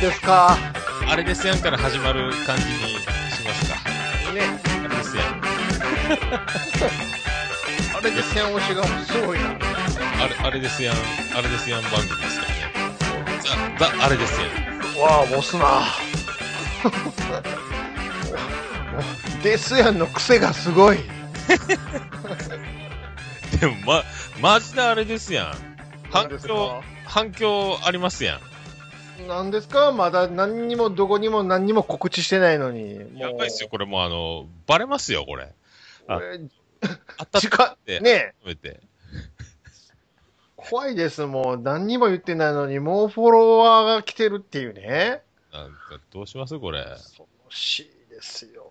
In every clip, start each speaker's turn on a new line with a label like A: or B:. A: ですか。
B: あれですやんから始まる感じにしますか。
A: ね。
B: あれですやん。
A: あれですね、推しがすごいな。
B: あれ、あれですやん。あれですやん番組ですからね。ザ、ザ、あれですやん。
A: わあ、押すな。ですやんの癖がすごい。
B: でも、ま、マジであれですやん。反
A: なんです
B: 響
A: か、
B: 反響ありますや
A: なんですかまだ何にもどこにも何にも告知してないのに。
B: ん。
A: も
B: や
A: う
B: ばいっすよ、これもうあの、バレますよ、これ。あ
A: これ
B: あった
A: 時間
B: て、
A: ねえ
B: めて。
A: 怖いです。もう何にも言ってないのに、もうフォロワーが来てるっていうね。
B: なんか、どうしますこれ。
A: 恐ろしいですよ。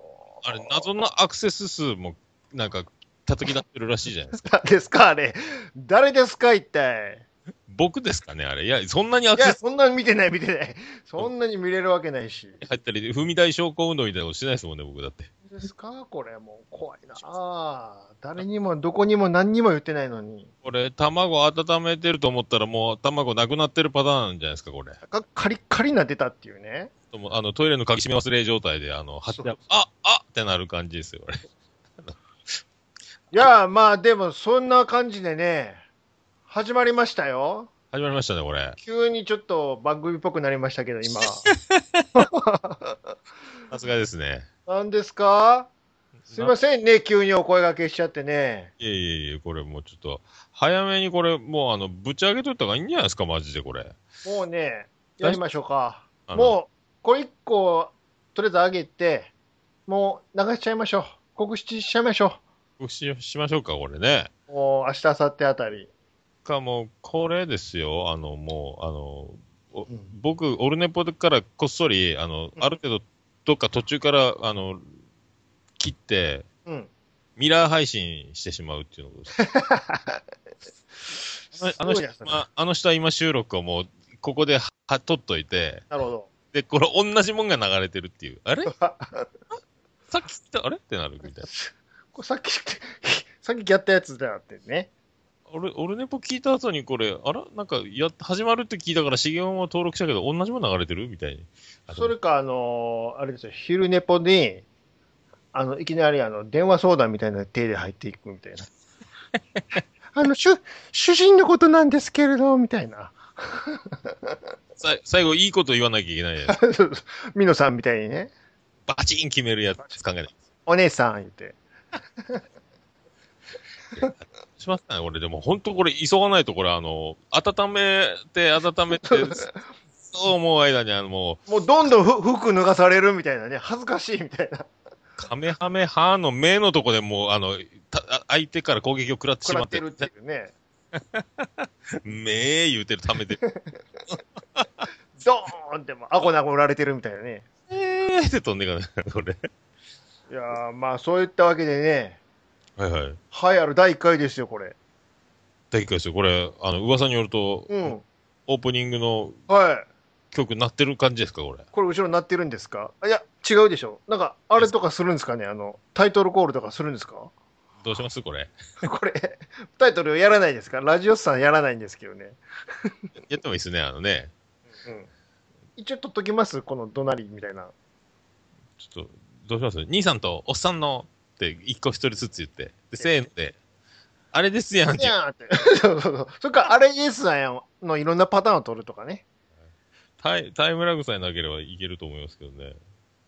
B: あれ、謎なアクセス数も、なんか、叩き出してるらしいじゃないですか。
A: なんですかあれ。誰ですか一体。
B: 僕ですかね、あれ。いや、そんなにア
A: い
B: クセ
A: や、
B: ス
A: そんなに見てない見てない。そんなに見れるわけないし。
B: 入ったり、踏み台昇降運動みたいなことしてないですもんね、僕だって。
A: ですかこれもう怖いなあ誰にもどこにも何にも言ってないのに
B: これ、卵温めてると思ったら、もう卵なくなってるパターンじゃないですか、これ。
A: かカリッカリな出たっていうね
B: ともあのトイレの鍵閉め忘れ状態で、あの、貼ってあ
A: そう
B: る、ああってなる感じですよ、これ。
A: いやあまあでもそんな感じでね始まりましたよ
B: 始まりましたね、これ。
A: 急にちょっと番組っぽくなりましたけど今
B: さすがですね。
A: 何ですかすいませんね急にお声掛けしちゃってね
B: いえいえいえ、これもうちょっと、早めにこれ、もうあの、ぶち上げといた方がいいんじゃないですか、マジでこれ。
A: もうねやりましょうか
B: あの
A: もうこれ一個とりあえず上げてもう流しちゃいましょう告知しちゃいましょ
B: 告知しましょうか、これね。
A: うもう明日明後日あたり
B: か、もう、これですよ、あの、もう、あの、お
A: うん
B: 僕、オルネポからこっそり、あの、
A: うん
B: ある程度、どっか途中から、あの、切って、
A: うん。
B: ミラー配信してしまうっていうのをあの
A: すごい
B: 人
A: やつだね
B: 今あの人は今収録をもう、ここではは撮っといて、
A: なるほど。
B: で、これ同じもんが流れてるっていう。あれあさっき来た、あれってなるみたいな。
A: これさっき、さっきやったやつだってね。
B: 俺、俺ネポ聞いた後にこれ、あらなんか、や、始まるって聞いたから、シゲオンは登録したけど、同じもん流れてるみたいに。あ
A: それか、あのーあれですよ、昼寝ぽに、あの、いきなりあの、電話相談みたいな手で入っていく みたいな。あの、主、主人のことなんですけれど、みたいな。
B: さ最後、いいこと言わなきゃいけないやつ。
A: そうそうミノさんみたいにね、
B: バチン決めるやつ考えない。
A: お姉さん言って。
B: しますかね俺、でも本当これ、急がないと、これ、あの、温めて、温 めて、そう思う間に、あの、もう、
A: もうどんどんふ服脱がされるみたいなね、恥ずかしいみたいな。
B: カメハメハの目のとこでもう、あの、たあ相手から攻撃を食らってし
A: 食
B: ま
A: らっ
B: ってて、
A: るっていうね。
B: 目言うてる、ためてる。
A: ドーンって、もうアコナコ売られてるみたいなね。
B: えーって飛んでいかない、これ。
A: いやー、まあそういったわけでね、
B: はいはい。
A: はい、ある第1回ですよ、これ。
B: 大輝ですよ。これ、あの、噂によると、
A: うん。
B: オープニングの
A: はい。
B: 曲鳴ってる感じですか、これ。
A: これ後ろになってるんですかあいや、違うでしょ。なんか、あれとかするんですかねあの、タイトルコールとかするんですか
B: どうし ますこれ。
A: これ、タイトルやらないですかラジオスさんやらないんですけどね。
B: やってもいいですね、あのね。
A: うん。一応取っときますこの怒鳴りみたいな。
B: ちょっと、どうします兄さんとおっさんのって、一個一人ずつ言って。で、せーので、あれですやんって
A: い。やーって。そうそうそう。それから、あれイエスさんのいろんなパターンを取るとかね。
B: タイタイムラグさえなければいけると思いますけどね。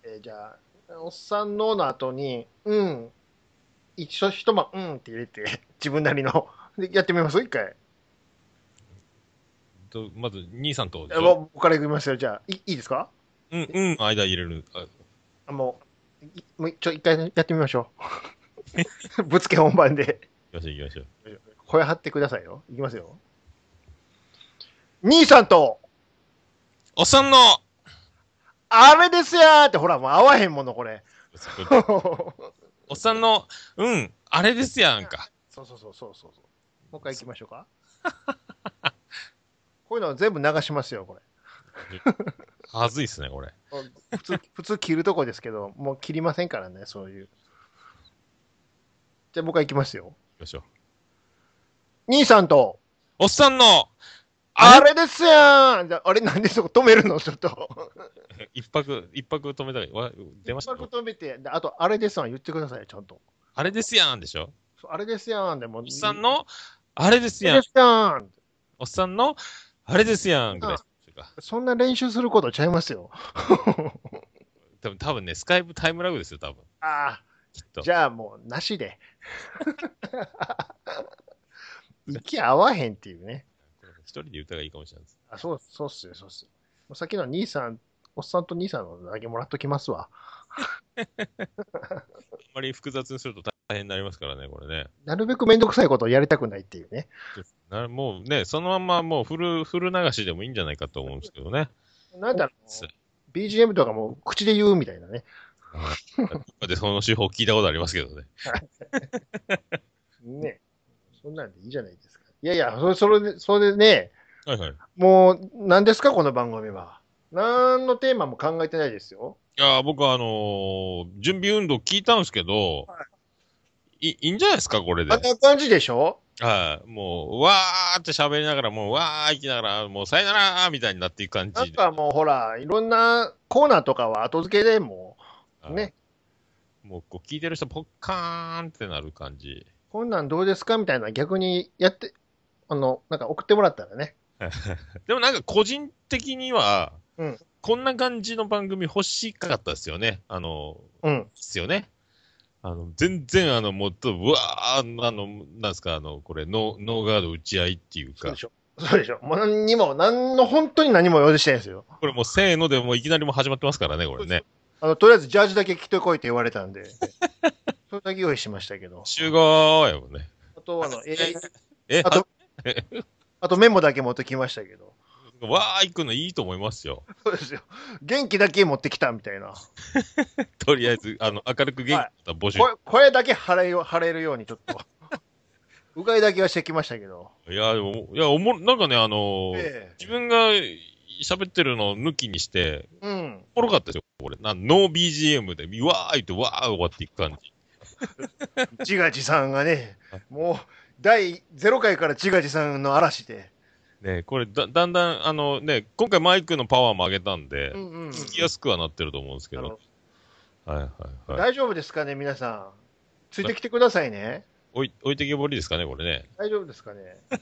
A: えーじゃあ、おっさんのの後に、うん。一緒一晩、うんって入れて、 自分なりの。でやってみます一回。
B: とまず、兄さんと、
A: あもう僕からいきますよ。じゃあ、いいいですか
B: うん、うん、間入れる。あ
A: あもう、いもうちょ、一回やってみましょう。ぶつけ本番で。
B: 行きましょう、行きましょう。
A: 声張ってくださいよ。いきますよ。兄さんと、
B: おっさんの
A: あれですやーって、ほら、もう合わへんもの、これ。そう
B: おっさんの、うん、あれですやんか。
A: そうそうそうそうそう。もう一回行きましょうか。こういうのは全部流しますよ、これ。
B: はずいっすね、これ。
A: 普通、普通切るとこですけど、もう切りませんからね、そういう。じゃあ、僕は行きますよ。
B: 行きましょう。
A: 兄さんと、
B: おっさんの、
A: あ
B: あれ
A: れですやんじゃああれなんでそこ止めるのちょっと。
B: 一泊、一泊止めたら、わ出ました
A: うまく止めて、であと、あれですわ、言ってください、ちゃんと。
B: あれですやんでしょ
A: そうあれですやん、でも。
B: おっさんの、あれです
A: あれ
B: や
A: で
B: ん
A: す。やん。
B: おっさんの、あれですやんぐらいですか。
A: そんな練習することちゃいます よ。
B: 多分、多分ね、スカイプタイムラグですよ、多分。
A: あ
B: きっ
A: あ、
B: と。
A: じゃあもう、な しで。息合わへんっていうね。
B: 一人で歌がいいかもしれないです。
A: あ、そう、そうっすよ、そうっすよ。もうさっきの兄さん、おっさんと兄さんのだけもらっときますわ。
B: あんまり複雑にすると大変になりますからね、これね。
A: なるべくめんどくさいことをやりたくないっていうね。
B: なもうね、そのまんまもうフル、フル流しでもいいんじゃないかと思うんですけどね。
A: なんだろ
B: す
A: う、BGM とかも口で言うみたいなね。
B: で、その手法聞いたことありますけどね。
A: ね。そんなんでいいじゃないですか。いやいや、そそれで、それでね、
B: はいはい。
A: もう、何ですか、この番組は。何のテーマも考えてないですよ。
B: いやー、僕はあのー準備運動聞いたんですけど、い、いいんじゃないですか、これで
A: あん。な感じでしょ
B: はい。もう、わーって喋りながら、もう、わーいきながら、もう、さよならーみたいになっていく感
A: なん
B: じで。
A: かもうほら、いろんなコーナーとかは後付けでも
B: は
A: う、
B: い
A: ね、
B: もう、こう、聞いてる人、ポッカーンってなる感じ。
A: こんなんどうですかみたいな逆にやって、あの、なんか送ってもらったらね。
B: でもなんか、個人的には、
A: うん
B: こんな感じの番組欲しかったですよね。あのー、
A: うん。
B: ですよね。あの、全然、あの、もっと、うわー、あの、なんすか、あの、これ、ノー、ノーガード打ち合いっていう
A: そ
B: か
A: うで、しょ。そうでしょ。もう何にも、何の、本当に何も用意してないですよ。
B: これもう、せーのでもういきなりもう始まってますからね、これね。
A: あの、とりあえずジャージだけ着てこいって言われ たんで、それだけ用意しましたけど。
B: 集合やもんね。
A: あと、あの、え
B: え、
A: あと、あとメモだけ持ってきましたけど。
B: あわー行くのいいと思いますよ。
A: そうですよ。元気だけ持ってきたみたいな。
B: とりあえず、あの、明るく元気だったら募集。
A: これ、これだけ払えよ、払えるようにちょっ と。うがいだけはしてきましたけど。
B: い、や、でも、いや、おもろ、なんかね、あのー
A: ええ
B: 自分が喋ってるのを抜きにして、
A: うん。
B: おもろかったですよ、これ。な、ノー BGM で、うわーいって、わー終わっていく感じ。
A: 自画自賛がね、もう、第0回から自画自賛の嵐で。
B: ね、これだ、だんだん、あのね、今回マイクのパワーも上げたんで、
A: うんうんうん。
B: 聞きやすくはなってると思うんですけ
A: あ
B: ど
A: の。
B: はいはいはい。
A: 大丈夫ですかね、皆さん。ついてきてくださいね。
B: 置い置いてけぼりですかね、これね。
A: 大丈夫ですかね。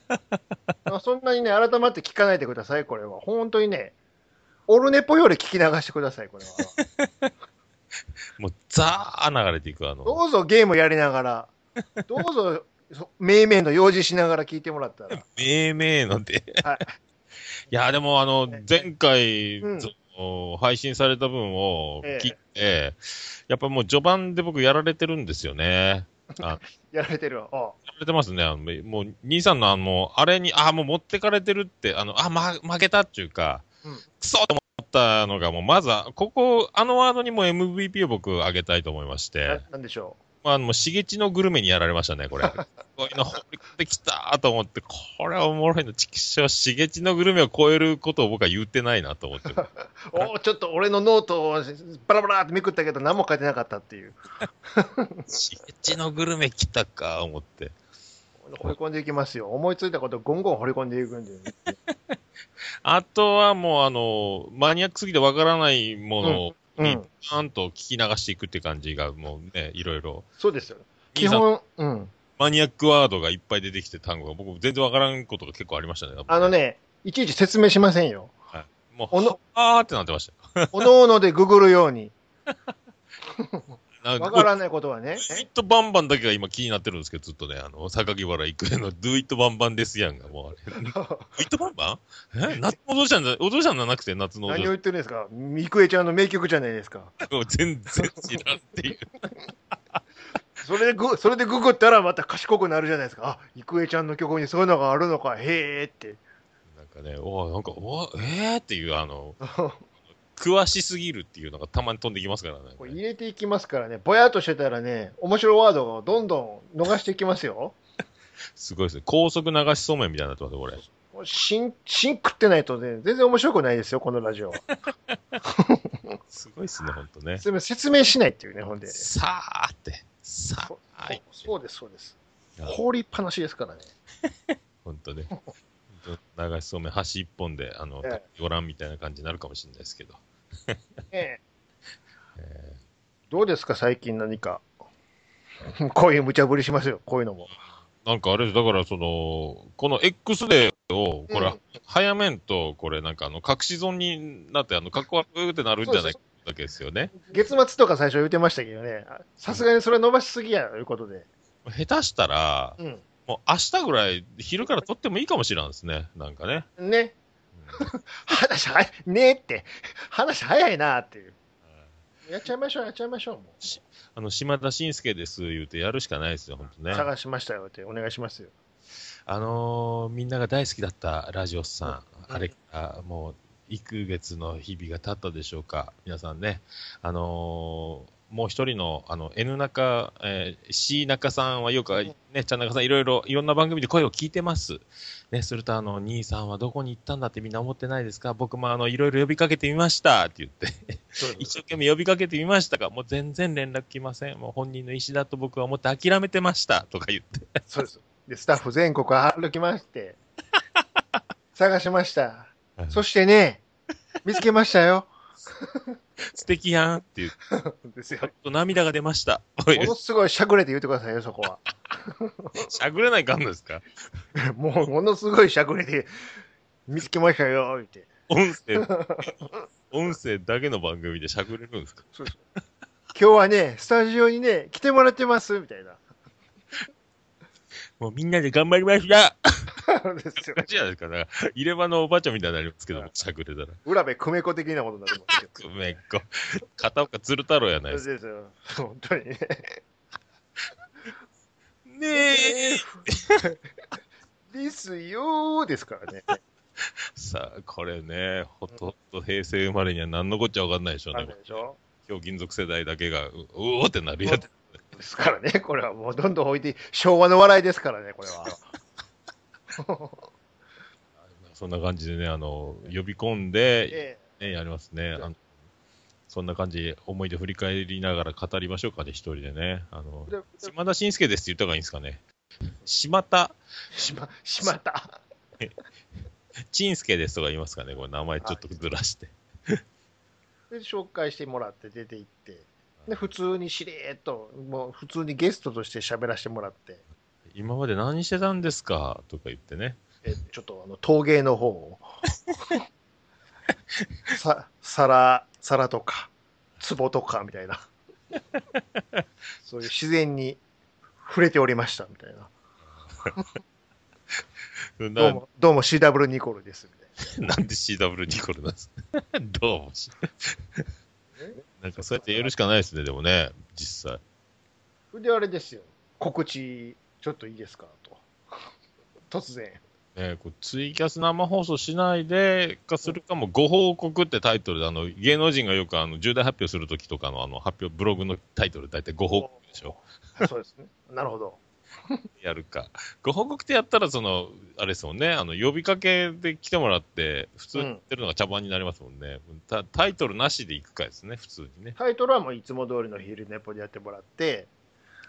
A: まあそんなにね、改まって聞かないでください、これは。本当にね、オルネポより聞き流してください、これは。
B: もう、ザー流れていく、あの、
A: どうぞゲームやりながら、どうぞ、そめいめいの用事しながら聞いてもらったら。
B: めーめーので。
A: はい
B: いや、でも、あの、前回、
A: うん
B: その配信された分を
A: ええ
B: 切って、やっぱもう序盤で僕やられてるんですよね。
A: やられてるわ。あ
B: やられてますね。あのもう、兄さんのあの、あれに、あ、もう持ってかれてるって、あの、あ、ま、負けたっていうか、
A: うん
B: クソって思ったのが、もうまずは、ここ、あのワードにも MVP を僕上げたいと思いまして。
A: ななんでしょ
B: まあ、もう、しげちのグルメにやられましたね、これ。こういうの掘り込んできたと思って、これはおもろいの、ちくしょう、しげちのグルメを超えることを僕は言ってないなと思って。
A: う。おーちょっと俺のノートをバラバラってめくったけど、何も書いてなかったっていう。
B: しげちのグルメ来たか、思って。
A: 掘り込んでいきますよ。思いついたことをゴンゴン掘り込んでいくんで、
B: あとはもう、あの、マニアックすぎてわからないものを、
A: う
B: に
A: ん、
B: ちゃんと聞き流していくって感じが、もうね、いろいろ。
A: そうですよ。基
B: 兄さん
A: 本、うん。
B: マニアックワードがいっぱい出てきて単語が、僕全然わからんことが結構ありましたね。
A: あの。ね、いちいち説明しませんよ。
B: もう、
A: おの、
B: あーってなってましたよ。
A: おのおのでググるように。
B: なん
A: わからないことはね。
B: ドゥイットバンバンだけが今気になってるんですけど、ずっとね、あの、榊原郁恵のドゥイットバンバンですやんが、もうあれ。ドゥイットバンバンえ夏の踊りしたんじゃ、踊りしたんじゃなくて、夏の
A: 何
B: 踊
A: を言
B: り。
A: ってるんですかみくえちゃんの名曲じゃないですか。
B: もう全然知らんっていう。
A: それでグ、それでググったらまた賢くなるじゃないですか。あ、いくえちゃんの曲にそういうのがあるのか、へえって。
B: なんかね、おーなんか、おーえーっていう、あの、詳しすぎるっていうのがたまに飛んできますから
A: これ
B: ね。
A: 入れていきますからね、ぼやっとしてたらね、面白いワードをどんどん逃していきますよ。
B: すごいですね。高速流しそうめんみたいになってますよ、これ。
A: もうシン、シン食ってないとね、全然面白くないですよ、このラジ オは。
B: すごいっすね、ほんとね。
A: 説明説明しないっていうね、ほんで。そ
B: さーって、さーい。
A: そうです、そうです。
B: いや
A: 放りっぱなしですからね。
B: ほんとね。ほんと流しそうめん、端一本で、あの
A: ええ、
B: ご覧みたいな感じになるかもしれないですけど。
A: ええどうですか、最近何か。 こういう無茶ぶりしますよ、こういうのも。
B: なんかあれですだからその、この X デーを、これ、
A: うん
B: 早めんと、これなんかあの、隠し損になって、あの、かっこ悪くってなるんじゃないかだけですよね。
A: 月末とか最初言ってましたけどね、あさすがにそれ伸ばしすぎや、ということで。
B: 下手したら、
A: うん。
B: もう明日ぐらい、昼から撮ってもいいかもしれんですね。なんか ね。
A: ね。話早い、ねえって。話早いなっていう。やっちゃいましょう、やっちゃいましょう。も
B: あの、島田紳介です、言うてやるしかないですよ、ほんと
A: う
B: ね。
A: 探しましたよって、お願いしますよ。
B: あのーみんなが大好きだったラジオスさん、
A: うん
B: あれからもう、幾月の日々が経ったでしょうか。皆さんね、あのーもう一人の、あの、N 中、えー C 中さんはよく、
A: うん
B: ね、ちゃん中さんいろいろ、いろんな番組で声を聞いてます。ね、するとあの、兄さんはどこに行ったんだってみんな思ってないですか僕もあの、いろいろ呼びかけてみましたって言って。
A: そうで
B: 一
A: す
B: 生懸命呼びかけてみましたが、もう全然連絡来ません。もう本人の意思だと僕は思って諦めてました。とか言って。
A: そうです。で、スタッフ全国歩きま して、探しました。そしてね、見つけましたよ。
B: 素敵やんって言って、
A: ですよ
B: ちょっ。と涙が出ました。
A: ものすごいしゃくれて言ってくださいよ、そこは。
B: しゃぐれないかんですか
A: もう、ものすごいしゃくれて、見つけましたよ、言って。
B: 音 声、音声だけの番組でしゃぐれるんですか
A: 今日はね、スタジオにね、来てもらってます、みたいな。
B: もうみんなで頑張りました
A: ですよ
B: 感じじゃないですか。だから入れ歯のおばあちゃんみたいになりますけど、しゃぐれたら。
A: 浦部久美子的なことになるもんですよ。
B: ごめんっこ。片岡鶴太郎やないです
A: そうですよ。本当にね。
B: か。ねえ
A: ですよーですからね。
B: さあ、これね、ほとんど平成生まれには何のこっちゃわかんないでしょうね
A: なん。でしょ
B: 今日銀属世代だけが、ううおーってなるやつ。
A: ですからね、これはもうどんどん置いて、昭和の笑いですからね、これは。
B: そんな感じでね、あの、呼び込んで、
A: ええ
B: ね、やりますね。あのそんな感じで思い出振り返りながら語りましょうかね、一人でね。あの、
A: で
B: 島田紳介ですって言った方がいいんですかね。島田
A: しま、しまった。
B: 陳介ですとか言いますかね、これ名前ちょっとずらして。
A: で、紹介してもらって出て行って、で、普通にしれーっと、もう普通にゲストとして喋らせてもらって、
B: 今まで何してたんですかとか言ってね。
A: えちょっとあの、陶芸の方を。さ、皿、皿とか、壺とか、みたいな。そういう自然に触れておりました、みたいな。どう
B: な
A: も、どうも CW ニコルです、みたいな。
B: なんで CW ニコルなんですか どうもし。なんかそうやってやるしかないですね、でもね、実際。
A: それであれですよ。告知、ちょっといいですかと。突然。
B: えーこうツイキャス生放送しないでかするかも、ご報告ってタイトルで、あの芸能人がよくあの重大発表するときとかのあの発表、ブログのタイトル、大体ご報告でしょ、
A: あそうですね。なるほど。
B: やるか。ご報告ってやったら、その、あれですもんね、あの呼びかけで来てもらって、普通にやってるのが茶番になりますもんね、たタイトルなしでいくかですね、普通にね。
A: タイトルはもういつも通りの昼寝ぽでやってもらって、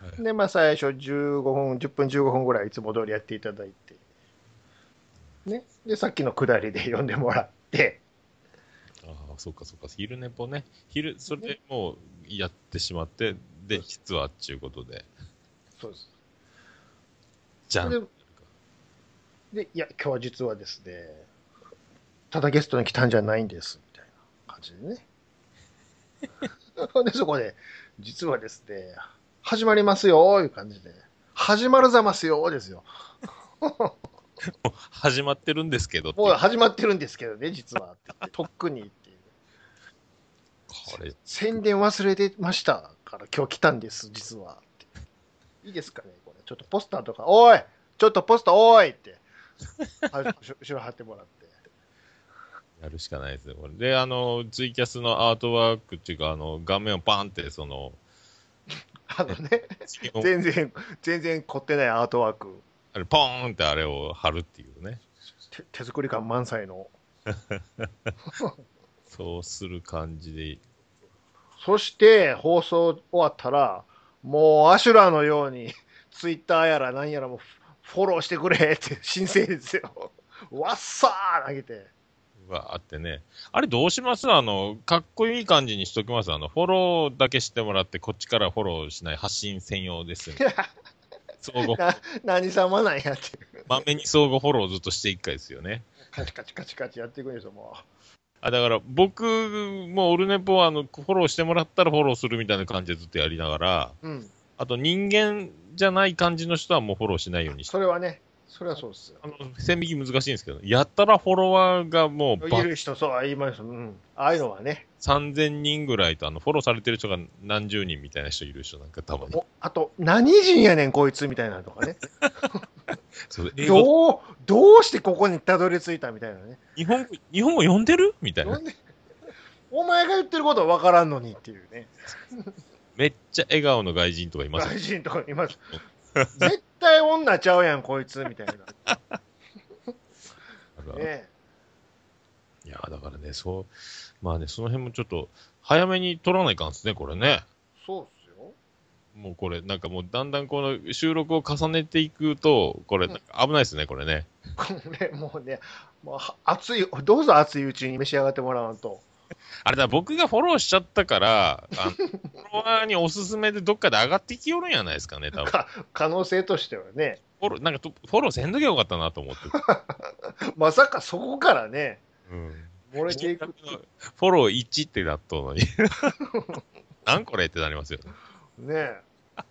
B: はい
A: で、まあ最初15分、10分15分ぐらいいつも通りやっていただいて、ね。で、さっきのくだりで呼んでもらって、
B: ああ、そうかそうか、昼寝ぽね、昼、それでもうやってしまって、で、実はっていうことで、
A: そうです。
B: じゃん。
A: でで、いや、今日は実はですね、ただゲストに来たんじゃないんです、みたいな感じでね。ほん で、そこで、実はですね、始まりますよ、いう感じで、始まるざますよ、ですよ。
B: 始まってるんですけどっていう
A: もう始まってるんですけどね、実はって言って。 とっくにっていう。
B: これ、
A: 宣伝忘れてましたから今日来たんです、実は。っていいですかね、これ。ちょっとポスターとか、おいちょっとポスターおい って。は後後ろ貼ってもらって。
B: やるしかないですね、これ。で、あの、ツイキャスのアートワークっていうか、あの、画面をバンって、その、
A: あのね、
B: 地面を
A: 全然、全然凝ってないアートワーク。
B: あれポーンってあれを貼るっていうね。
A: 手手作り感満載の。
B: そうする感じで、
A: そして、放送終わったら、もうアシュラーのように、ツイッターやら何やらもフフォローしてくれって申請ですよ。わっさー投げて。
B: があってね。あれどうしますあの、かっこいい感じにしときますあの、フォローだけしてもらって、こっちからフォローしない発信専用ですよね。相互、
A: な何様なんやっていう。
B: まめに相互フォローをずっとしていくかですよね。
A: カチカチカチカチやっていくんですよ、も
B: あ、だから僕もオルネポはあの、フォローしてもらったらフォローするみたいな感じでずっとやりながら、
A: う。うん。
B: あと人間じゃない感じの人はもうフォローしないようにして
A: それはね、それはそうですよ。
B: あの、線引き難しいんですけど、やったらフォロワーがもうば
A: いる人、そう、あ言います。うん。ああいうのはね、
B: 3000人ぐらいと、あの、フォローされてる人が何十人みたいな人いる人なんかたまに。
A: おあと、何人やねん、こいつみたいなのとかね。
B: そう英語
A: どう、どうしてここにたどり着いたみたいなね。
B: 日本、日本語読んでるみたいな
A: なん。で、お前が言ってることは分からんのにっていうね。
B: めっちゃ笑顔の外人とかいますよ
A: 外人とかいます。絶対女ちゃうやん、こいつみたいな。
B: だから
A: ね。
B: いや、だからね、そう、まあね、その辺もちょっと、早めに撮らないかんですね、これね。
A: そうっすよ。
B: もうこれ、なんかもうだんだんこの収録を重ねていくと、これ、
A: うん
B: なんか危ないですね、これね。
A: これ、もうね、もうは熱い、どうぞ熱いうちに召し上がってもらわんと。
B: あれだ、僕がフォローしちゃったから、あのフォロワーにおすすめでどっかで上がってきよるんやないですかね、多分。
A: か可能性としてはね、
B: フォロー、なんかとフォローせんときゃよかったなと思って。
A: まさかそこからね、
B: うん。
A: 漏れていく。
B: フォロー1ってなっとうのに。 なんこれってなりますよね。
A: ねえ。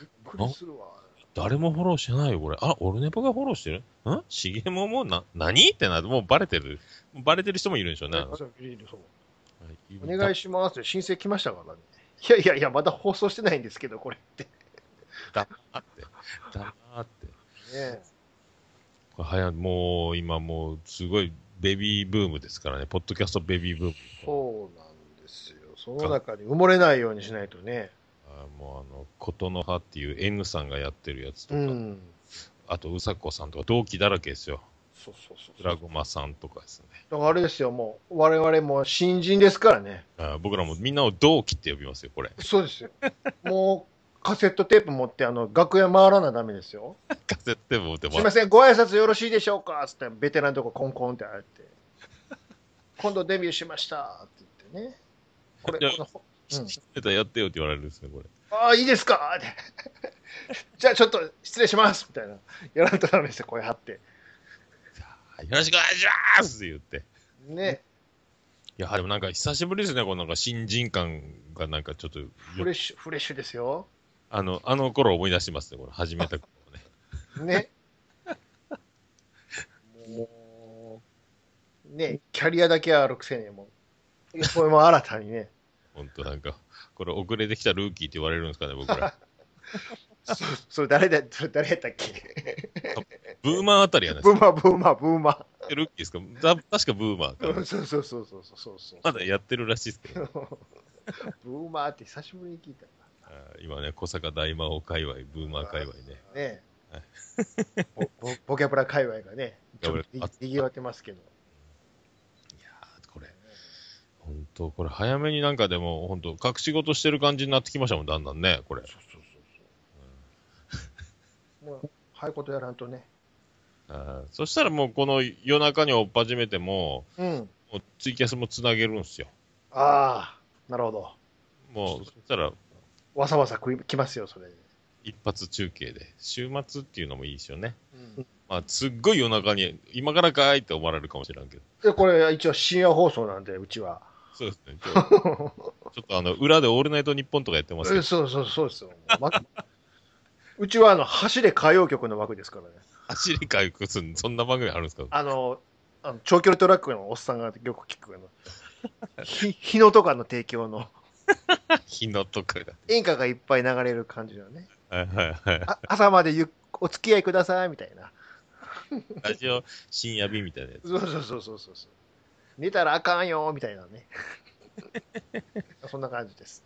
A: びっくりするわ。
B: 誰もフォローしてないよ、これ。あ、オルネポがフォローしてるんしげももな、何ってなって、もうバレてる。バレてる人もいるんでしょうね。あの
A: そうお願い
B: し
A: しますって申請来ましたからね。いやいやいや、まだ放送してないんですけど、これって。ね
B: ます。だーって。
A: え
B: これ早いもう、今もう、すごいベビーブームですからね。ポッドキャストベビーブーム。
A: そうなんですよ。その中に埋もれないようにしないとね。
B: あもうあの、ことの葉っていう N さんがやってるやつと
A: う
B: か、
A: ん。
B: あとうさこさんとか同期だらけですよ。
A: そうそうそう
B: ラゴマさんとかですね。
A: だからあれですよ、もう、我々も新人ですからね。
B: あ僕らもみんなを同期って呼びますよ、これ。
A: そうですよ。もう、カセットテープ持って、あの、楽屋回らなダメですよ。
B: カセットテープ持って
A: すい
B: も
A: ません、ご挨拶よろしいでしょうかつって、ベテランのとこコンコンってあって。 今度デビューしましたって言ってね。こ
B: いや
A: れ、この、うん
B: ネタやってよって言われるんですね、これ。
A: ああ、いいですかって。 じゃあちょっと失礼しますみたいな。やらんとダメですよ、声張って。
B: はいよろしくお願いしますって言って。
A: ね。
B: いや、でもなんか久しぶりですね、このなんか新人感がなんかちょっとよ、
A: フレッシュ、フレッシュですよ。
B: あの、あの頃思い出しますね、これ、始めた頃ね。
A: ね。もう、ね、キャリアだけはあるくせに、もう、これも新たにね。
B: ほんとなんか、これ遅れてきたルーキーって言われるんですかね、僕ら。
A: そそれ誰だ、それ誰やったっけ
B: ブーマーあたりやないで
A: ブ
B: す
A: ーマー、ブーマー、ブーマ
B: か。ルーキーですかだ確かブーマーか
A: ー。
B: な。
A: そうそうそうそうそうそうそう。
B: まだやってるらしいですけど、
A: ブーマーって久しぶりに聞いた
B: あー今ね、小坂大魔王界隈、ブーマー界隈ね。
A: な。ね
B: はい
A: ぼぼボキャブラ界隈がね、ちょっと
B: いや俺あ
A: にぎわってますけど。
B: いやーこれ、本当これ早めになんかでも、本当隠し事してる感じになってきましたもん、だんだんね、これ。
A: そうそうそうそう。もう、はいことやらんとね。
B: あーそしたらもうこの夜中に追っ始めても、
A: うん。
B: もうツイキャスもつなげるんですよ。
A: ああ、なるほど。
B: もう、そしたら
A: わさわさ食い来ますよ、それで。
B: 一発中継で。週末っていうのもいいですよね。
A: うん、
B: まあ、すっごい夜中に、今からかーいって思われるかもしれんけど。
A: で、これ一応深夜放送なんで、うちは。
B: そうですね。 今日ちょっとあの、裏でオールナイトニッポンとかやってますけ
A: え
B: ど、
A: そうそうそうですよ。まうちはあの、走れ歌謡曲の枠ですからね。
B: 走り回復すん、そんな番組あるんです か
A: あの、あの長距離トラックのおっさんがよく聞くあの、ひ、 日野とかの提供の
B: 日野とかだ。
A: 演歌がいっぱい流れる感じのね。
B: はいはいはい。
A: あ朝までゆっお付き合いください、みたいな。
B: ラジオ深夜日みたいなやつ。
A: そうそうそうそうそうそう。寝たらあかんよ、みたいなね。 そんな感じです。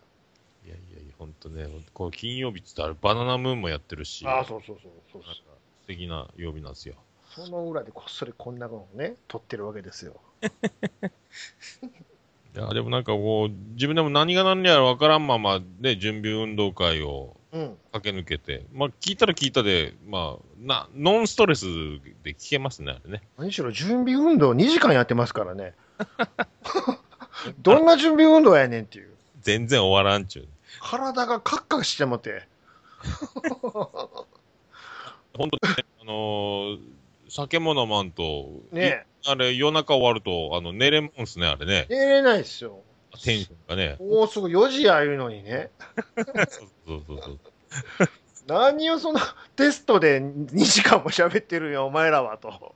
B: いやいやいや、ほんとね、ほんとこう金曜日って言ったらバナナムーンもやってるし、
A: ああ、そうそうそうそう
B: なんか素敵な曜日なんですよ。
A: そう。その裏でこっそりこんなのをね、撮ってるわけですよ。
B: いや、でもなんかこう、自分でも何が何やらわからんまま、ね、準備運動会を
A: うん。
B: 駆け抜けて、まあ聞いたら聞いたで、まあ、な、ノンストレスで聞けますね、あれね。
A: 何しろ準備運動2時間やってますからね。 どんな準備運動やねんっていう。
B: 全然終わらんちゅう。
A: 体がカッカッしても て。
B: 本当にね、あのー酒も飲まんと、
A: ね
B: いあれ、夜中終わると、あの、寝れんもんすね、あれね。
A: 寝れないっすよ。
B: テンションがね。
A: もうすぐ4時やいうのにね。
B: そうそうそう。
A: 何をそのテストで2時間も喋ってるんや、お前らはと。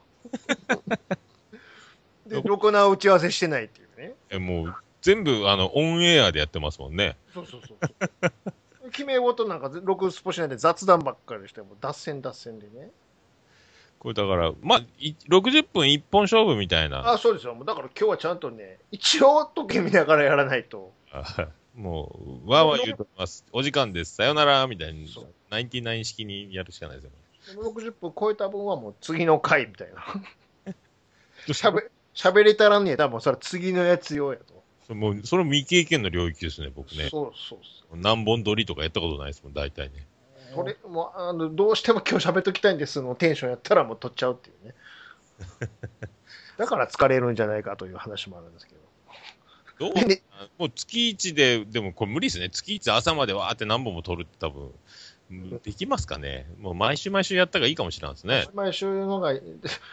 A: で、ろくな打ち合わせしてないっていうね。
B: え、もう、全部、あの、オンエアでやってますもんね。
A: そうそうそうそう。 決め事なんかぜろくスポしないで雑談ばっかりして、もう脱線脱線でね。
B: これだから、まあ、い60分一本勝負みたいな。
A: あ、そうですよ。もうだから今日はちゃんとね、一応時計見ながらやらないと。
B: もう、わーわー言うとます。お時間です。さよなら、みたいに
A: そう、
B: ナインティナイン式にやるしかないですよね。
A: 60分超えた分はもう次の回みたいな。喋喋れたらねえ、多分それは次のやつ用やと。
B: もう、それも未経験の領域ですね、僕ね。
A: そうそうそ
B: 何本撮りとかやったことないですもん、大体ね。
A: う。それもうあのどうしても今日喋っときたいんですのテンションやったらもう取っちゃうっていうね。だから疲れるんじゃないかという話もあるんですけど。
B: どう
A: ね
B: もう月一で、でもこれ無理ですね。月一朝までわーって何本も撮るって多分、うんできますかね。もう毎週毎週やった方がいいかもしれないです ね。
A: 毎週のが、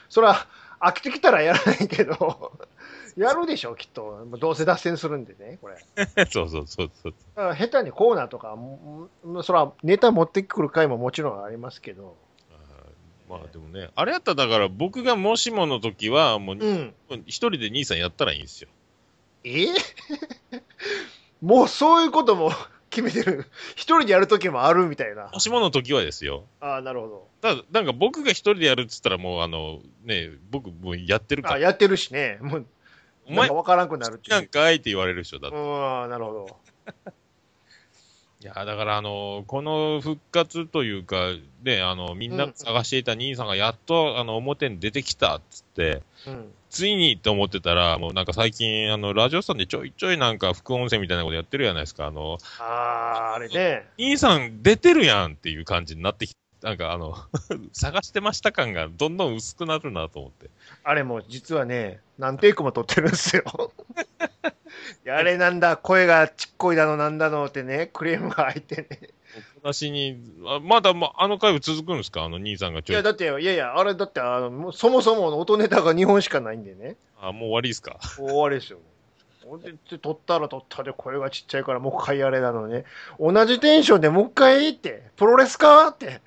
A: それは飽きてきたらやらないけど、 やるでしょ、きっと。もうどうせ脱線するんでね、これ。
B: そうそうそうそう。
A: だから下手にコーナーとか、ももそれはネタ持ってくる回ももちろんありますけど。
B: あーまあでもね、あれやったらだから僕がもしもの時は、もう
A: うん。
B: 一人で兄さんやったらいいんですよ。
A: え もうそういうことも 決めてる。一人でやる時もあるみたいな
B: も。しもの時はですよ。
A: ああ、なるほど。
B: ただ、なんか僕が一人でやるっつったらもうあの、ね、僕もうやってるか
A: あ
B: ら、
A: やってるしね。もう、
B: お
A: なん
B: 前
A: かわからんくなるってい
B: なん
A: う。
B: かいって言われるでしょ、だって
A: う。ん、なるほど。
B: いやーだから、あのーこの復活というか、ね、あのみんなが探していた兄さんがやっと、あの表に出てきたっつって、
A: うん。
B: ついにって思ってたら、もうなんか最近、あのラジオさんでちょいちょいなんか副音声みたいなことやってるじゃないですか、あの
A: ああ、あれね。
B: 兄さん出てるやんっていう感じになってきなんかあの 探してました感がどんどん薄くなるなと思って、
A: あれも実はね、何テイクも撮ってるんですよ。 いやあれなんだ、声がちっこいだのなんだのってね、クレームが入ってね。
B: 私に、あまだ、まあの回は続くんですか、あの兄さんが
A: い
B: ちょ
A: や、
B: い、
A: だって、いやいや、あれだって、あの、もうそもそもの音ネタが2本しかないんでね。
B: あもう終わりですか。
A: 終わりですよ。ほんで、撮ったら撮ったで声がちっちゃいから、もう一回やれなのね。同じテンションでもう一回って、プロレスかって。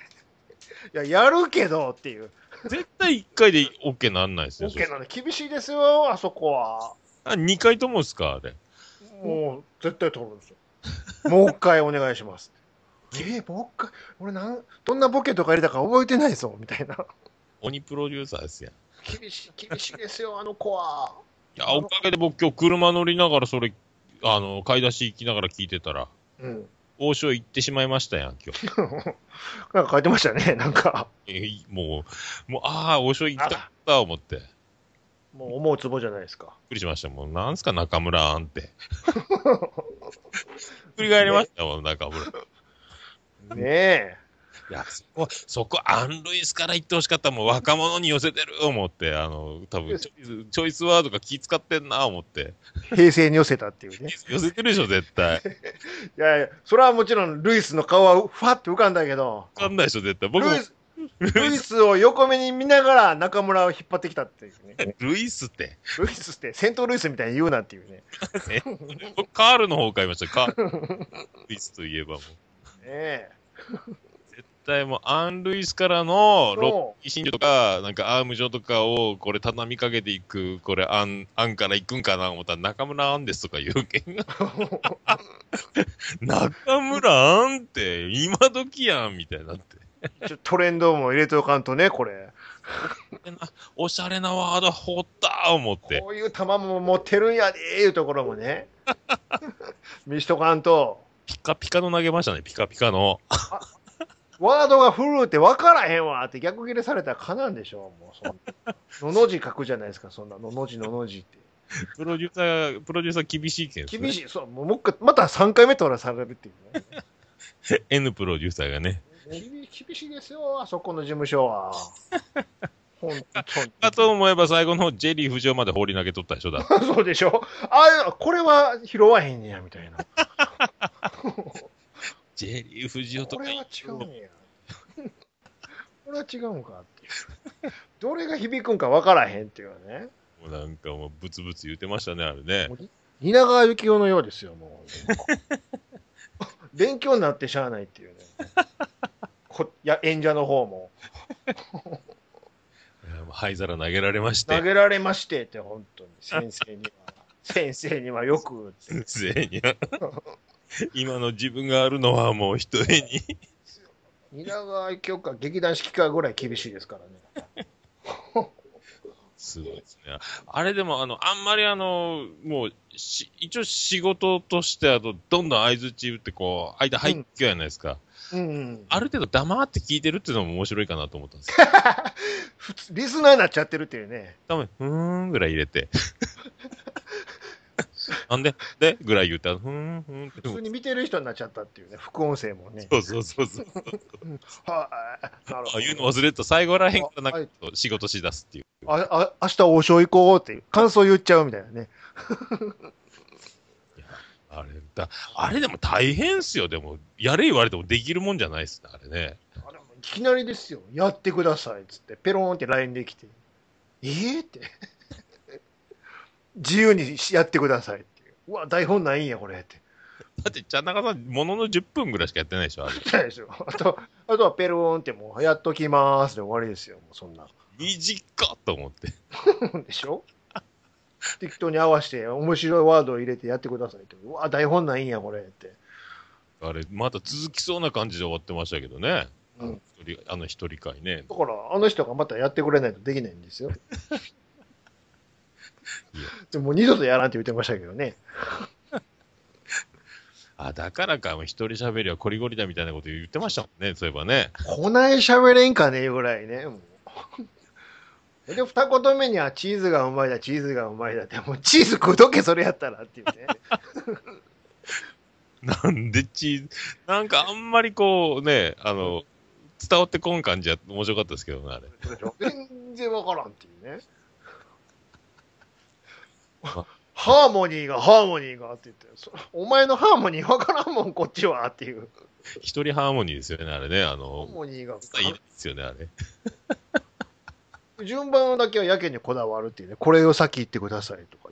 A: いや、やるけどっていう。
B: 絶対1回で OK なんないですよ、
A: OK なの、厳しいですよ、あそこは。
B: 2回ともですか、あれ。
A: もう絶対取るん ですよ。もう一回お願いします。えー、もう一回、俺なん、どんなボケとか入れたか覚えてないぞ、みたいな。
B: 鬼プロデューサーですやん。
A: 厳しい、厳しいですよ、あの子は。
B: いや、おかげで僕今日車乗りながらそれ、あの、買い出し行きながら聞いてたら、
A: うん。
B: 王将行ってしまいましたやん、今日。
A: なんか書いてましたね、なんか。
B: えーもう、もう、ああ、王将行きたかった、思って。びっ
A: もう思うツボじゃないですか。
B: くりしました。もう、なんすか、中村あんっ て。ひっくり返りましたもん、中村。い
A: ねえ。
B: や、そこ、そこ、アン・ルイスから行ってほしかった。もう、若者に寄せてる、思って。あの、多分チョイス、チョイスワードが気使ってんな、思って。
A: 平成に寄せたっていうね。
B: 寄せてるでしょ、絶対。
A: いやいや、それはもちろんルイスの顔はふわっと浮かんだけど、
B: わかんないでしょ、絶対。僕も
A: ルイ、ス、ルイスを横目に見ながら中村を引っ張ってきたっていうね。
B: ルイスって。
A: ルイスってセントルイスみたいに言うなっていうね。
B: 僕カールの方を買いました、カール。ルイスといえばもう。
A: ねえ。
B: 絶対もう、アン・ルイスからの、
A: そう
B: ロッキー真珠とか、なんかアーム状とかを、これ畳みかけていく、これアン、アンから行くんかな思ったら、中村アンですとか言うけ んが、中村アンって、今時やんみたいになって。
A: ちょトレンドも入れておかんとね、これ。
B: おしゃれなワード掘った思って。
A: こういう球も持ってるんやでいうところもね。 見しとかんと。
B: ピカピカの投げましたね、ピカピカの。
A: ワードが古うって分からへんわって逆切れされたらかなんでしょう、もうそんな。のの字書くじゃないですか、そんな。のの字のの字って。
B: プロデューサー、プロデューサー厳しいけんですね。
A: 厳しい。そう、もうもう一回、また3回目取らされるっていう ね。
B: N プロデューサーがね。
A: 厳厳しいですよ、あそこの事務所は。本当に。
B: かと思えば最後のジェリー不条まで放り投げとったでしょ、だって。
A: そうでしょああ、これは拾わへんねや、みたいな。
B: ジェリー不条と
A: こ
B: か
A: れ
B: 言
A: は
B: う
A: 違うんや。 これは違うんかっていう。どれが響くんか分からへんっていうね。
B: もうなんかもうブツブツ言ってましたね、あれね。
A: 蜷川幸雄のようですよ、も う。勉強になってしゃあないっていうね。こいや演者の方も。
B: いやもう灰皿投げられまして
A: 投、げられましてって、本当に。先生には。先生にはよくって。
B: 全員に。今の自分があるのはもう一重に。
A: 蜷川教科劇団四季かぐらい厳しいですからね。
B: すごいですね。あれでも、あの、あんまりあの、もう、し一応仕事として、あと、どんどん合図打って、こう、間入っていくじゃないですか。
A: うん。
B: ある程度黙って聞いてるっていうのも面白いかなと思ったんですよ。
A: 普通、リスナーになっちゃってるっていうね。
B: 多分、ふーんぐらい入れて。なんででぐらい言ったら、ふーん、ふーんって。
A: 普通に見てる人になっちゃったっていうね。副音声もね。
B: そうそうそうそう。
A: はい。なる
B: あ
A: ほ
B: あいうの
A: ど。
B: 忘れると最後らへんから
A: あ
B: な
A: は
B: ん
A: い
B: か仕事しだすっていう。
A: あ、あ、明日王将行こうっていう。感想言っちゃうみたいなね。
B: あれだ、あれでも大変っすよ。でも、やれ言われてもできるもんじゃないっすね、あれね。
A: あでもいきなりですよ。やってくださいっつって、ペローンって LINE できて。えー、って。 自由にやってくださいっていう。うわ、台本ないんや、これって。
B: だって、ちゃん中さん、ものの10分ぐらいしかやってないでしょ、あれ。
A: そうですよ。あと、あとはペローンってもう、やっときまーすで終わりですよ。もうそんな。
B: 短っと思って。
A: でしょ適当に合わせて、面白いワードを入れてやってくださいって。うわ、台本ないんや、これって。
B: あれ、まだ続きそうな感じで終わってましたけどね。
A: うん
B: あの一人あの一人会ね。
A: だから、あの人がまたやってくれないとできないんですよ。でもう二度とやらんって言ってましたけどね。
B: あ、だからか、もう一人喋りはこりごりだみたいなこと言ってましたもんね、そういえばね。
A: こない喋れんかねえぐらいね。もうで、二言目にはチーズがうまいだ、チーズがうまいだって、もうチーズ食うとけ、それやったらっていうね。
B: なんでチーズ、なんかあんまりこうね、あの、伝わってこん感じは面白かったですけどね、あれ。
A: 全然わからんっていうね
B: あ。
A: ハーモニーが、ハーモニーがって言って、そお前のハーモニーわからんもん、こっちはっていう。
B: 一人ハーモニーですよね、あれね。あ
A: ハ
B: の
A: ー、モニーが。
B: いいですよね、あれ。
A: 順番だけはやけにこだわるっていうね、これを先言ってくださいとか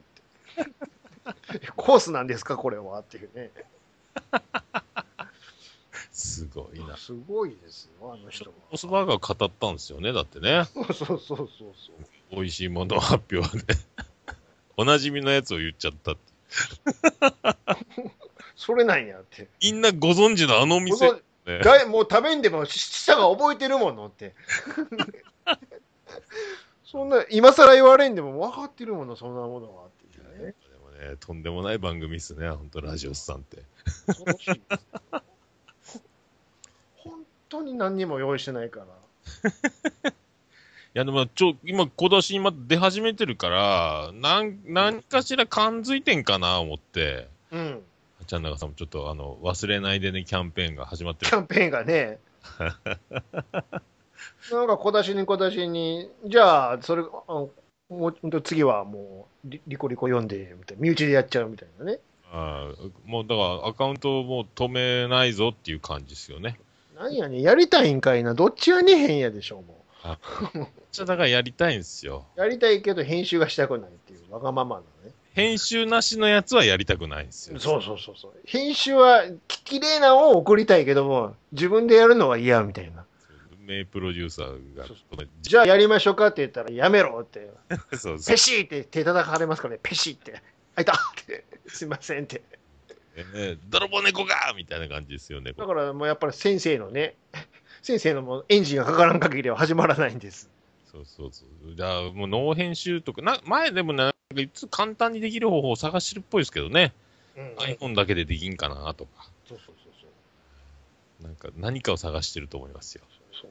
A: 言って。 コースなんですか、これはっていうね。
B: すごいな。
A: すごいですよ、あの人は。
B: モスバーガー語ったんですよね、だって ね。
A: そうそうそうそうそう。
B: 美味しいもの発表で。 おなじみのやつを言っちゃったって。
A: それなんやって。
B: みんなご存知のあの
A: こ
B: 店、
A: の
B: ね。だ
A: だいもう食べんでもし舌が覚えてるものって。 そんな、今更言われんでも分かってるもの、そんなものはっていうね。
B: でもね、とんでもない番組っすね、本当ラジオスさんって。
A: 恐ろしいですよほ本当に何にも用意してないから。
B: いや、でも、ちょ、今、今年今出始めてるから、なん、何かしら感づいてんかな、思って。
A: うん。
B: ちゃんなかさんもちょっと、あの、忘れないでね、キャンペーンが始まって
A: キ
B: る。
A: ャンペーンがね。なんか小出しに小出しに、じゃあ、それ、あのもうほんと次はもうリ、リコリコ読んで、みたいな。身内でやっちゃうみたいなね。
B: あーもう、だから、アカウントをもう止めないぞっていう感じですよね。
A: なんやねんやりたいんかいな。どっちやねへんやでしょ、もう。
B: じゃあだからやりたいんですよ。
A: やりたいけど編集がしたくないっていうわがままなのね。
B: 編集なしのやつはやりたくないんですよ。
A: そうそうそうそう。編集はききれいなのを送りたいけども、自分でやるのは嫌みたいな。
B: 名プロデューサーが、
A: そう
B: この
A: じゃあやりましょうかって言ったらやめろって。
B: そうそう
A: ペシーって手叩かれますからね。ペシーって。あいたって。すいませんって。
B: ね泥棒猫がみたいな感じですよね。
A: だからもうやっぱり先生のね、先生のもうエンジンがかからん限りは始まらないんです。
B: そうそうそう。だからもうノー編集とか、な前でもねなんかいつ簡単にできる方法を探してるっぽいですけどね。
A: うん。
B: iPhone だけでできんかなとか。
A: そうそうそうそう。
B: なんか何かを探してると思いますよ。
A: そう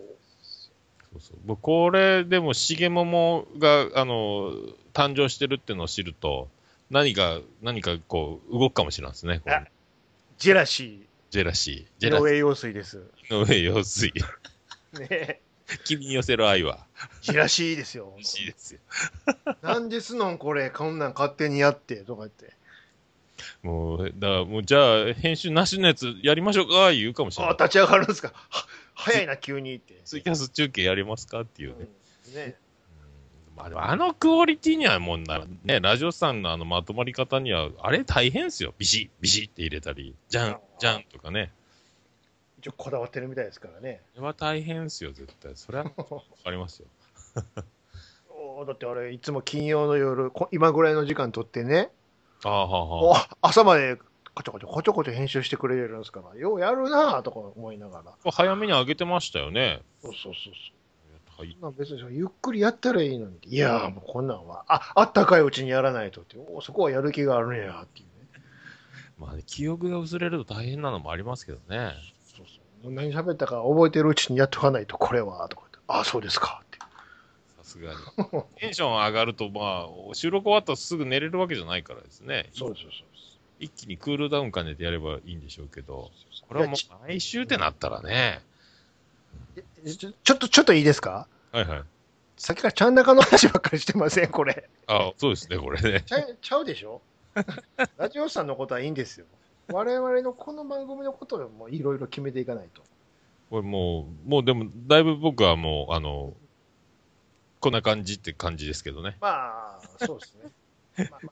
B: そうそう。もうこれでも、しげももが、あの、誕生してるってのを知ると、何か、何かこう、動くかもしれないですね。こう
A: あジェラシ
B: ジェラシー。
A: ー、
B: ジ
A: 井
B: ェラシ
A: 上陽水です。
B: ーの上用水。
A: ね
B: 君に寄せる愛は。
A: チラシですよ。
B: 欲しいですよ。
A: なんですのんこれ、こんなん勝手にやって、とか言って。
B: もう、だからもう、じゃあ、編集なしのやつやりましょうか、言うかもしれ
A: あ
B: ない。
A: 立ち上がるんですか。は早いな、急にって。
B: ツイキャス中継やりますかっていうね。
A: うんね
B: まあでもあのクオリティにはもうな、ね、ラジオさんのあのまとまり方には、あれ大変ですよ。ビシッ、ビシッって入れたり、じゃん、じゃんとかね。
A: 一応こだわってるみたいですからね。
B: それは大変ですよ、絶対。それはわかりますよ。
A: おーだってあれ、いつも金曜の夜、こ今ぐらいの時間取ってね、
B: ああ、はあ、はあ。
A: お朝までこちょこちょこちょこちょ編集してくれるんですから、ようやるなぁとか思いながら。
B: 早めに上げてましたよね。
A: そうそうそうそう。
B: はい。
A: まあ、別にゆっくりやったらいいのに。いやーもうこんなんは、あ、あったかいうちにやらないとって、おーそこはやる気があるんやっていうね。
B: まあ、ね、記憶が薄れると大変なのもありますけどね。
A: そうそう。もう何喋ったか覚えてるうちにやっとかないと、これは、とか言って。あ、そうですかって。
B: さすがに。 テンション上がると、まあ、収録終わったらすぐ寝れるわけじゃないからですね。
A: そうそうそうそう。
B: 一気にクールダウン兼ねてやればいいんでしょうけど、これはもう毎週ってなったらね。
A: ちょちょっと、ちょっといいですか
B: はいはい。
A: さっきからちゃん中の話ばっかりしてません、これ。
B: あそうですね、これね。
A: ちゃうちゃうでしょラジオさんのことはいいんですよ。我々のこの番組のことをもいろいろ決めていかないと。
B: これもう、もうでも、だいぶ僕はもう、あの、こんな感じって感じですけどね。
A: まあ、そうです ね。まあまあ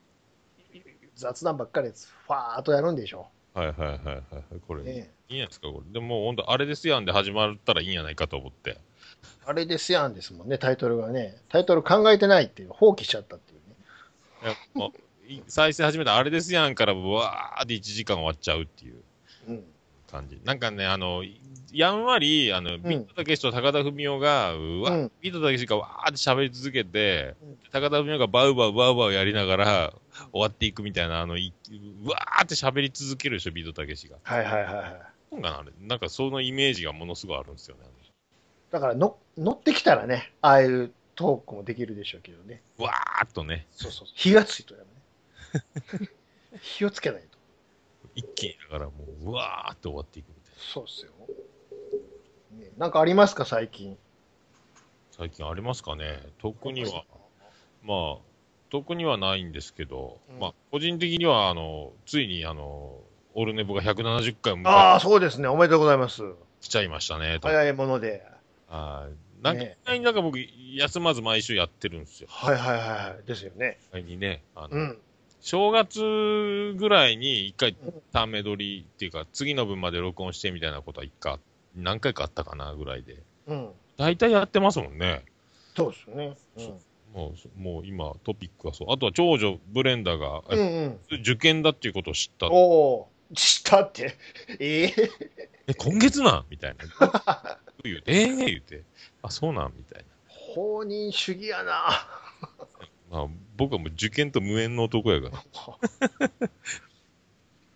A: 雑談ばっかりです。ファーっとやるんでしょ。
B: はいはいはいはい。これ、いいんじ
A: ね
B: ゃないですか、これ。でも、本当あれですやんで始まったらいいんじゃないかと思って。
A: え、あれですやんですもんね、タイトルがね。タイトル考えてないっていう、放棄しちゃったっていうね。
B: いやもうい再生始めたあれですやんから、わーって1時間終わっちゃうっていう
A: うん。
B: 感じ。なんかね、あの、やんわり、あの、ビートたけしと高田文夫が、うわ、
A: うん
B: ビートたけしがわーって喋り続けて、
A: うん
B: 高田文夫がバウバウバウバウやりながら終わっていくみたいな、あの、いうわーって喋り続けるでしょ、ビートたけしが。
A: はいはいはいはい。
B: なんかなあれなんかそのイメージがものすごいあるんですよね。
A: だからの、乗ってきたらね、ああいうトークもできるでしょうけどね。
B: わーっとね、
A: そうそうそう。火がついとやるね。 火をつけないと。
B: 一気にだからもう、うわーって終わっていくみたいな。
A: そうっすよ。ね、なんかありますか、最近。
B: 最近ありますかね特には。まあ、特にはないんですけど、
A: うん
B: まあ、個人的には、あの、ついに、あの、オルネボが170回を
A: あ
B: 迎
A: あ、そうですね。おめでとうございます。
B: えちゃいましたね、と。
A: 早いもので。
B: はい。なんか、
A: ね
B: 意外になんか僕、休まず毎週やってるんですよ。
A: はいはいはいはい。ですよね。
B: 意外にね、あの、
A: うん。
B: 正月ぐらいに一回
A: うん
B: タメ撮りっていうか、次の分まで録音してみたいなことは一回、何回かあったかな、ぐらいで。
A: うん。
B: 大体やってますもんね。
A: そうですね。うん
B: もう、そもう今、トピックはそう。あとは長女、ブレンダーが、
A: うんうん。
B: 受験だっていうことを知った
A: おおー。したって。ええ
B: え、今月なんみたいな。 言うて、ええ言うて、あ、そうなんみたい
A: 放任主義やな。
B: な。まあ、僕はもう受験と無縁の男やから。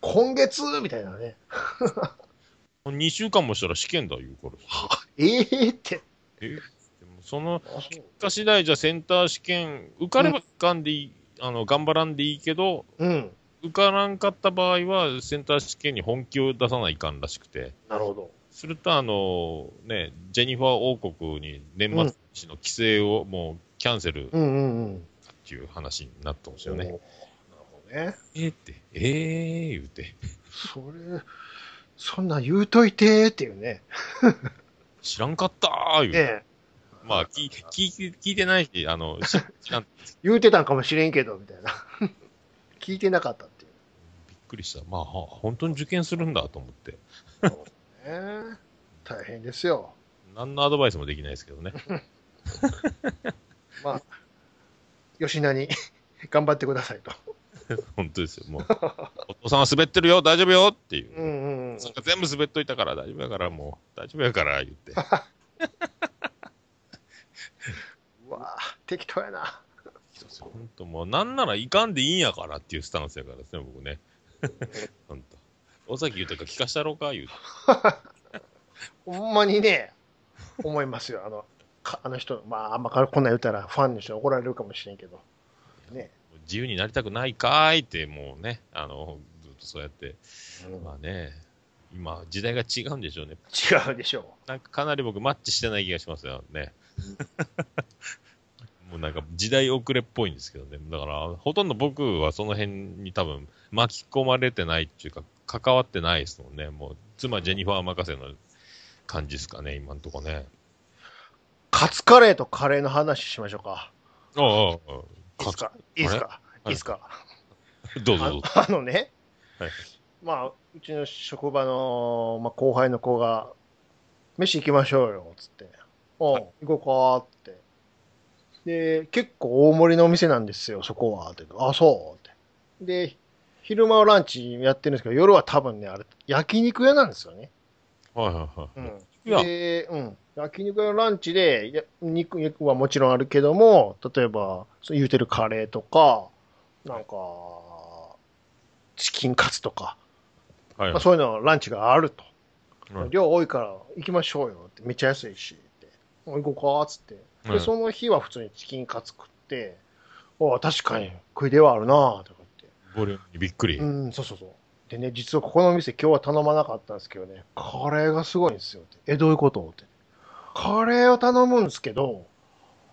A: 今月みたいなね。
B: 2週間もしたら試験だ言うからさ。
A: ええって。
B: えでもその
A: あ、そう。
B: 結果次第じゃセンター試験、受かれば受かんでいい、あの、頑張らんでいいけど、
A: うん。
B: 受からんかった場合は、センター試験に本気を出さないかんらしくて。
A: なるほど。
B: すると、あの、ね、ジェニファー王国に年末年始の規制をもうキャンセルっ
A: うんうんうん。
B: ていう話になったんです
A: お
B: よ
A: ーな
B: ね。
A: るほどね。
B: えーって、ええ言うて、
A: それ、そんなん言うといてーっていうね。
B: 知らんかったー言うて、
A: ね
B: まあ聞い聞いて、聞いてないし、あの、し知らん、びっ
A: 言うてたんかもしれんけど、みたいな。 聞いてなかったっていう。
B: くりした。まあ、は本当に受験するんだと思って、
A: ねえ大変ですよ。
B: 何のアドバイスもできないですけどね。
A: まあ、吉名に 頑張ってくださいと。
B: 本当ですよ。もう、お父さんは滑ってるよ、大丈夫よっていうう。
A: んうんうん。
B: そっか全部滑っといたから大丈夫やから、もう、大丈夫やから、言って。
A: うわぁ、適当やな。
B: 本当もう、なんならいかんでいいんやからっていうスタンスやからですね、僕ね。 本当。尾崎豊聞かしたろうか、言うて。
A: ほんまにね、思いますよ。あの、かあの人、まあ、あんまこんなん言うたらファンの人に怒られるかもしれんけど。ね。
B: 自由になりたくないかーいって、もうね、あの、ずっとそうやって、
A: うん
B: まあね、今、時代が違うんでしょうね。
A: 違うでしょ
B: なんかかなり僕マッチしてない気がしますよ ね。もうなんか時代遅れっぽいんですけどね。だから、ほとんど僕はその辺に多分巻き込まれてないっていうか、関わってないですもんね。もう、妻ジェニファー任せの感じですかね、今んとこね。
A: う。カツカレーとカレーの話しましょうか。
B: ああああ、ああ
A: いいですかい
B: レー
A: いですかい
B: あれ
A: いですか
B: どうぞどうぞ。
A: ああ のね、
B: はい
A: まあ、うちの職場の、まあ、後輩の子が、飯行きましょうよ、つって。おう、行こうか、って。で、結構大盛りのお店なんですよ、そこは。ってあ、そう。ってで、昼間はランチやってるんですけど、夜は多分ね、あれ、焼肉屋なんですよね。
B: はいはいはい。
A: うん。
B: いや
A: で、うん。焼肉屋のランチで、や肉、肉はもちろんあるけども、例えば、そう言うてるカレーとか、なんか、チキンカツとか、
B: はい
A: まあ、
B: はい
A: そういうのランチがあると。
B: はい
A: 量多いから行きましょうよって、めっちゃ安いし、って。もう行こうか、つって。で、
B: はい
A: その日は普通にチキンカツ食って、ああ、確かに食い出はあるなとか言って。
B: ボリュームにびっくり。
A: うん、そうそうそう。でね、実はここのお店今日は頼まなかったんですけどね、カレーがすごいんですよって。え、どういうことって。カレーを頼むんですけど、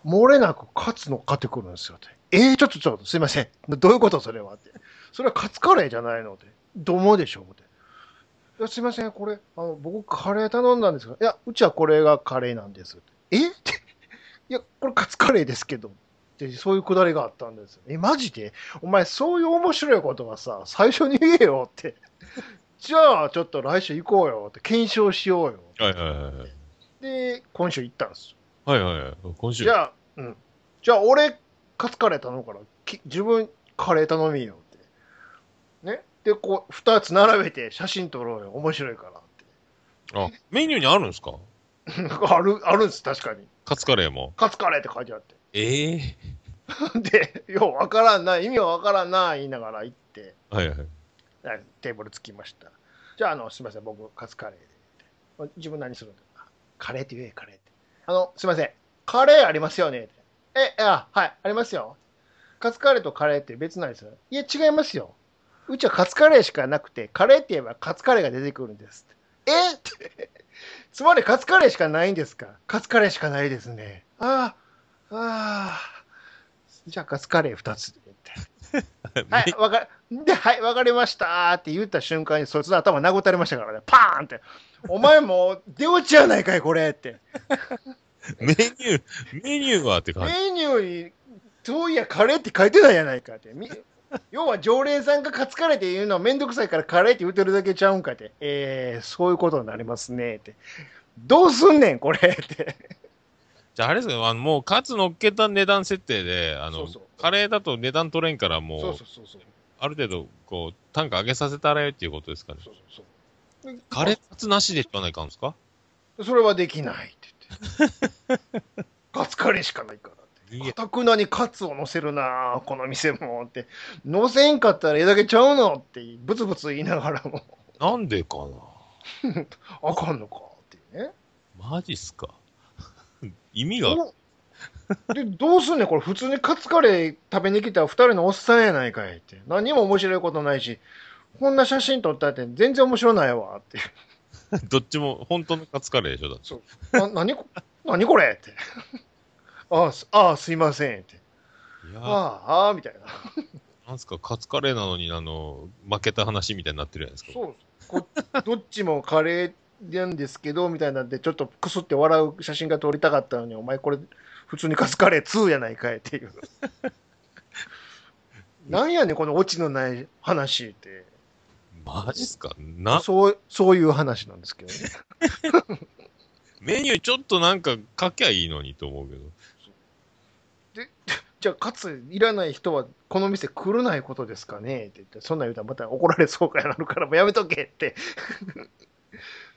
A: 漏れなくカツ乗っかってくるんですよって。えー、ちょっとちょっと、すいません。どういうことそれはって。それはカツカレーじゃないのって。どうもでしょうって。いやすいません、これ、あの、僕カレー頼んだんですけど、いや、うちはこれがカレーなんですって。え って。いや、これカツカレーですけど。って、そういうくだりがあったんですよ。え、マジでお前、そういう面白いことはさ、最初に言えよって。 じゃあ、ちょっと来週行こうよって、検証しようよ。
B: はいはいはいはい。
A: で、今週行ったんですよ。
B: はいはいはい。今週。
A: じゃあ、うん。じゃあ、俺、カツカレー頼むから、き自分、カレー頼みよって。ね。で、こう、二つ並べて写真撮ろうよ。面白いからっ
B: あ、メニューにあるんですか
A: て。ある、あるんです、確かに。
B: カツカレーも。
A: カツカレーって書いてあって。
B: ええ
A: で、ようわからんな、意味はわからんな、言いながら行って、
B: はいはい。
A: あテーブルつきました。じゃあ、あの、すみません、僕、カツカレーでって。自分何するんだあカレーって言え、カレーって。あの、すみません、カレーありますよねってえ、あ、はい、ありますよ。カツカレーとカレーって別なんですよ。いや、違いますよ。うちはカツカレーしかなくて、カレーって言えばカツカレーが出てくるんですって。えって。つまりカツカレーしかないんですかカツカレーしかないですね。ああ、ああ。じゃあカツカレー2つでって。はい、わか、で、はい、わかりましたーって言った瞬間に、そいつの頭殴ったれましたからね、パーンって。お前もう出落ちやないかい、これって。
B: メニュー、メニューはって感じ。
A: メニューに、そういや、カレーって書いてないやないかって。 み要は常連さんがカツカレーって言うのはめんどくさいからカレーって言うてるだけちゃうんかって。えー、そういうことになりますねって。どうすんねん、これって。
B: じゃああれですよ、あの、もうカツ乗っけた値段設定で、あの、
A: そうそう
B: カレーだと値段取れんから、もう、
A: そうそうそうそう。
B: ある程度、こう、単価上げさせたらよっていうことですかね。
A: そうそうそう
B: カレーカツなしで言わないかんですか
A: それはできないって 言って。カツカレーしかないからって。
B: いや
A: かたくなにカツを乗せるなあこの店もって。乗せんかったらええだけちゃうのって、ブツブツ言いながらも、
B: なんでかな
A: あかんのかっていうね。
B: マジっすか 意味が、
A: おで、どうすんねん、これ普通にカツカレー食べに来た二人のおっさんやないかいって。何にも面白いことないし、こんな写真撮ったって全然面白ないわって。
B: どっちも本当のカツカレーでしょだって
A: な、何こ、何これって。ああ、すああ、すいませんって。
B: いやー
A: ああ、ああ、みたいな。
B: なんすか、カツカレーなのに、あの、負けた話みたいになってるじゃないですか。
A: そうこどっちもカレーなんですけどみたいなんでちょっとクスって笑う写真が撮りたかったのにお前これ普通にカツカレー2やないかいっていうなんやねんこのオチのない話って
B: マジっすかな、
A: そうそういう話なんですけどね
B: メニューちょっとなんか書きゃいいのにと思うけど。
A: じゃあカツいらない人はこの店来るないことですかねって言ってそんなん言うたらまた怒られそうかやなるからもうやめとけって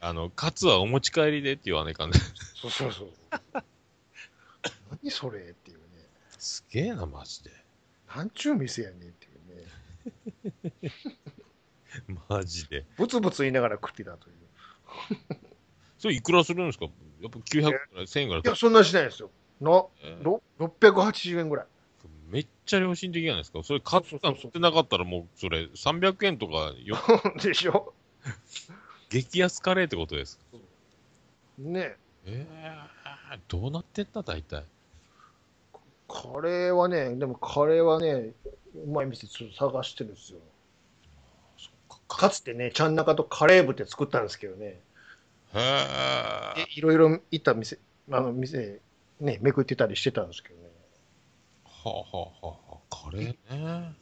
B: あの、カツはお持ち帰りでって言わないかんね。
A: そうそうそう 何それっていうね
B: すげえな、マジで。
A: なんちゅう店やねんっていうね
B: マジで。
A: ブツブツ言いながら食ってたという。
B: それいくらするんですかやっぱ900円ぐらい、1000円ぐらい
A: いや、そんなしないですよ。の、
B: えー
A: ろ680円ぐらい。
B: めっちゃ良心的じゃないですか。それカツさん売ってなかったらもう、それ300円とかよ
A: でしょ
B: 激安カレーってことですか
A: ね。
B: ええどうなってんだ、大体。
A: カレーはね、でもカレーはね、うまい店ちょっと探してるんですよ。かつてね、ちゃん中とカレー部って作ったんですけどね、
B: へえ
A: で。いろいろ行った店、あの店、ね、めくってたりしてたんですけどね。
B: はあ、はあはあ、カレーね。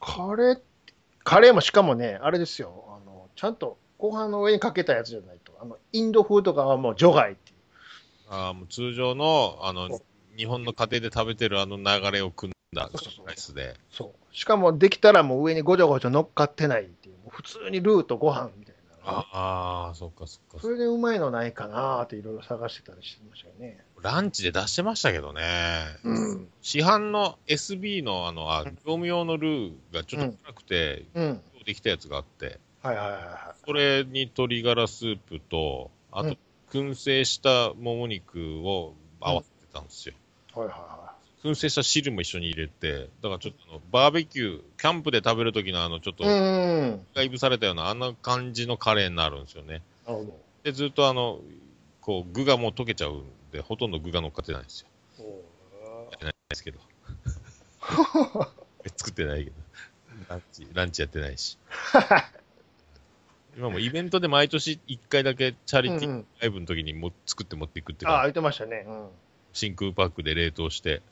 A: カレーって、カレーもしかもね、あれですよ、あの、ちゃんとご飯の上にかけたやつじゃないと、あの、インド風とかはもう除外っていう。
B: あーもう通常の、あ
A: そ
B: の
A: う、
B: 日本の家庭で食べてるあの流れを組んだ
A: そうそうそう
B: ライスで。
A: そう。しかもできたらもう上にごちょごちょ乗っかってないっていう、もう普通にルーとご飯みたいな。
B: ああ、そっかそっか
A: そ。れでうまいのないかなーっていろいろ探してたりしてましたよね。
B: ランチで出してましたけどね。
A: うん。
B: 市販の SB のあの、あ、業務用のルーがちょっと辛くて、
A: うん。
B: できたやつがあって、
A: はいはいはいは
B: それに鶏ガラスープと、あ
A: う
B: と
A: ん、
B: 燻製したもも肉を合わせてたんですよ。
A: い。はいはいは
B: 燻製した汁も一緒に入れて、だからちょっとあのバーベキュー、キャンプで食べる時のあの、ちょっ
A: い。
B: と、
A: うーん。
B: 外部されたような、あんな感じのカレーになるんですよね。
A: なるほ
B: で、ずっとあの、こう、具がもう溶けちゃうんで、ほとんど具が乗っかってないんですよ。
A: ど。おー
B: ですけど。 作ってないけど。ランチ、ランチやってないし。 今もイベントで毎年1回だけチャリティ
A: うん
B: ー
A: うん
B: ライブの時にも作って持っていくっていう
A: ああ、
B: か、
A: 言ってましたね。
B: 真空パックで冷凍して、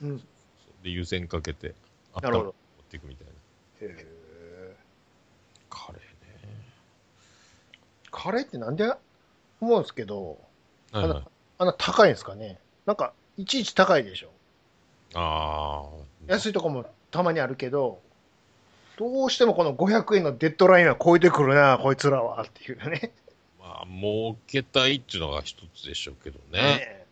A: うん。うん。
B: で、湯煎かけて、
A: なるほ
B: 持っ
A: ど。
B: ていくみたいな。
A: へえ。
B: カレーね。
A: カレーってなんで思うんですけど、
B: はいはい
A: あんな高いんですかね。なんか、いちいち高いでしょ。
B: ああ。
A: 安いとこもたまにあるけど、どうしてもこの500円のデッドラインは超えてくるな、こいつらはっていうね。
B: まあ、儲けたいっていうのが一つでしょうけどね
A: ね